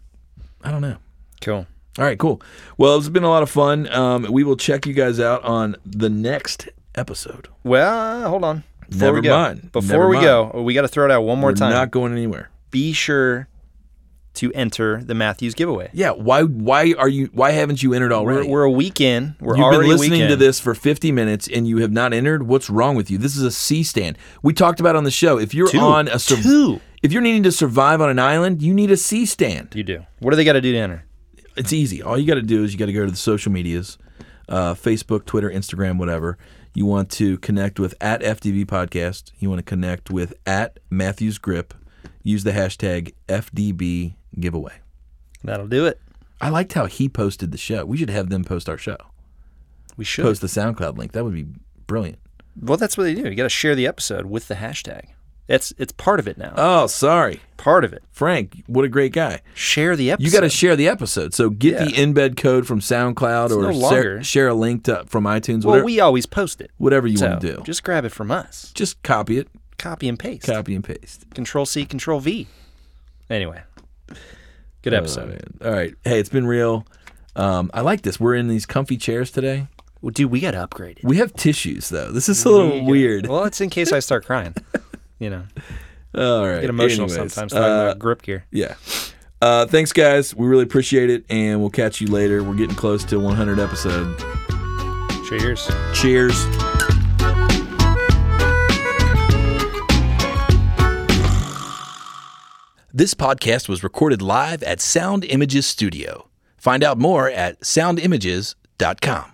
S3: I don't know.
S4: cool.
S3: All right, cool. Well, it's been a lot of fun. Um, we will check you guys out on the next episode.
S4: Well, uh, hold on. Before
S3: Never
S4: we go,
S3: mind.
S4: before
S3: Never
S4: we
S3: mind.
S4: go, we got to throw it out one more
S3: we're
S4: time.
S3: not going anywhere.
S4: Be sure to enter the Matthews giveaway.
S3: Yeah. Why? Why are you? Why haven't you entered already?
S4: We're, we're a week in. We're
S3: You've
S4: already
S3: been
S4: a week
S3: listening to
S4: in.
S3: this for 50 minutes and you have not entered. What's wrong with you? This is a C stand. We talked about on the show. If you're
S4: Two.
S3: on a sur-
S4: Two.
S3: if you're needing to survive on an island, you need a C stand.
S4: You do. What do they got to do to enter?
S3: It's easy. All you got to do is you got to go to the social medias, uh, Facebook, Twitter, Instagram, whatever. You want to connect with at FDV Podcast. You want to connect with at Matthews Grip. Use the hashtag FDB giveaway.
S4: That'll do it.
S3: I liked how he posted the show. We should have them post our show.
S4: We should.
S3: Post the SoundCloud link. That would be brilliant.
S4: Well, that's what they do. You got to share the episode with the hashtag. That's it's part of it now.
S3: Oh, sorry.
S4: part of it.
S3: Frank, what a great guy.
S4: Share the episode.
S3: You got to share the episode. So get the embed code from SoundCloud or share-
S4: no longer.
S3: share a link to, from iTunes,
S4: Well,
S3: whatever,
S4: we always post it.
S3: whatever you
S4: So
S3: want to do. Just,
S4: just grab it from us.
S3: copy it,
S4: Copy and paste.
S3: copy and paste.
S4: Control C, Control V. Anyway, good episode.
S3: Oh, man. All right. Hey, it's been real. Um, I like this. We're in these comfy chairs today.
S4: well, dude, we got to upgrade it.
S3: We have tissues, though. This is a little weird.
S4: Well, it's in case I start crying. You know,
S3: All right.
S4: get emotional
S3: Anyways,
S4: sometimes talking
S3: Uh,
S4: about grip gear.
S3: yeah. Uh, thanks, guys. We really appreciate it, and we'll catch you later. We're getting close to 100 episode.
S4: Cheers.
S3: Cheers. This podcast was recorded live at Sound Images Studio. Find out more at soundimages.com.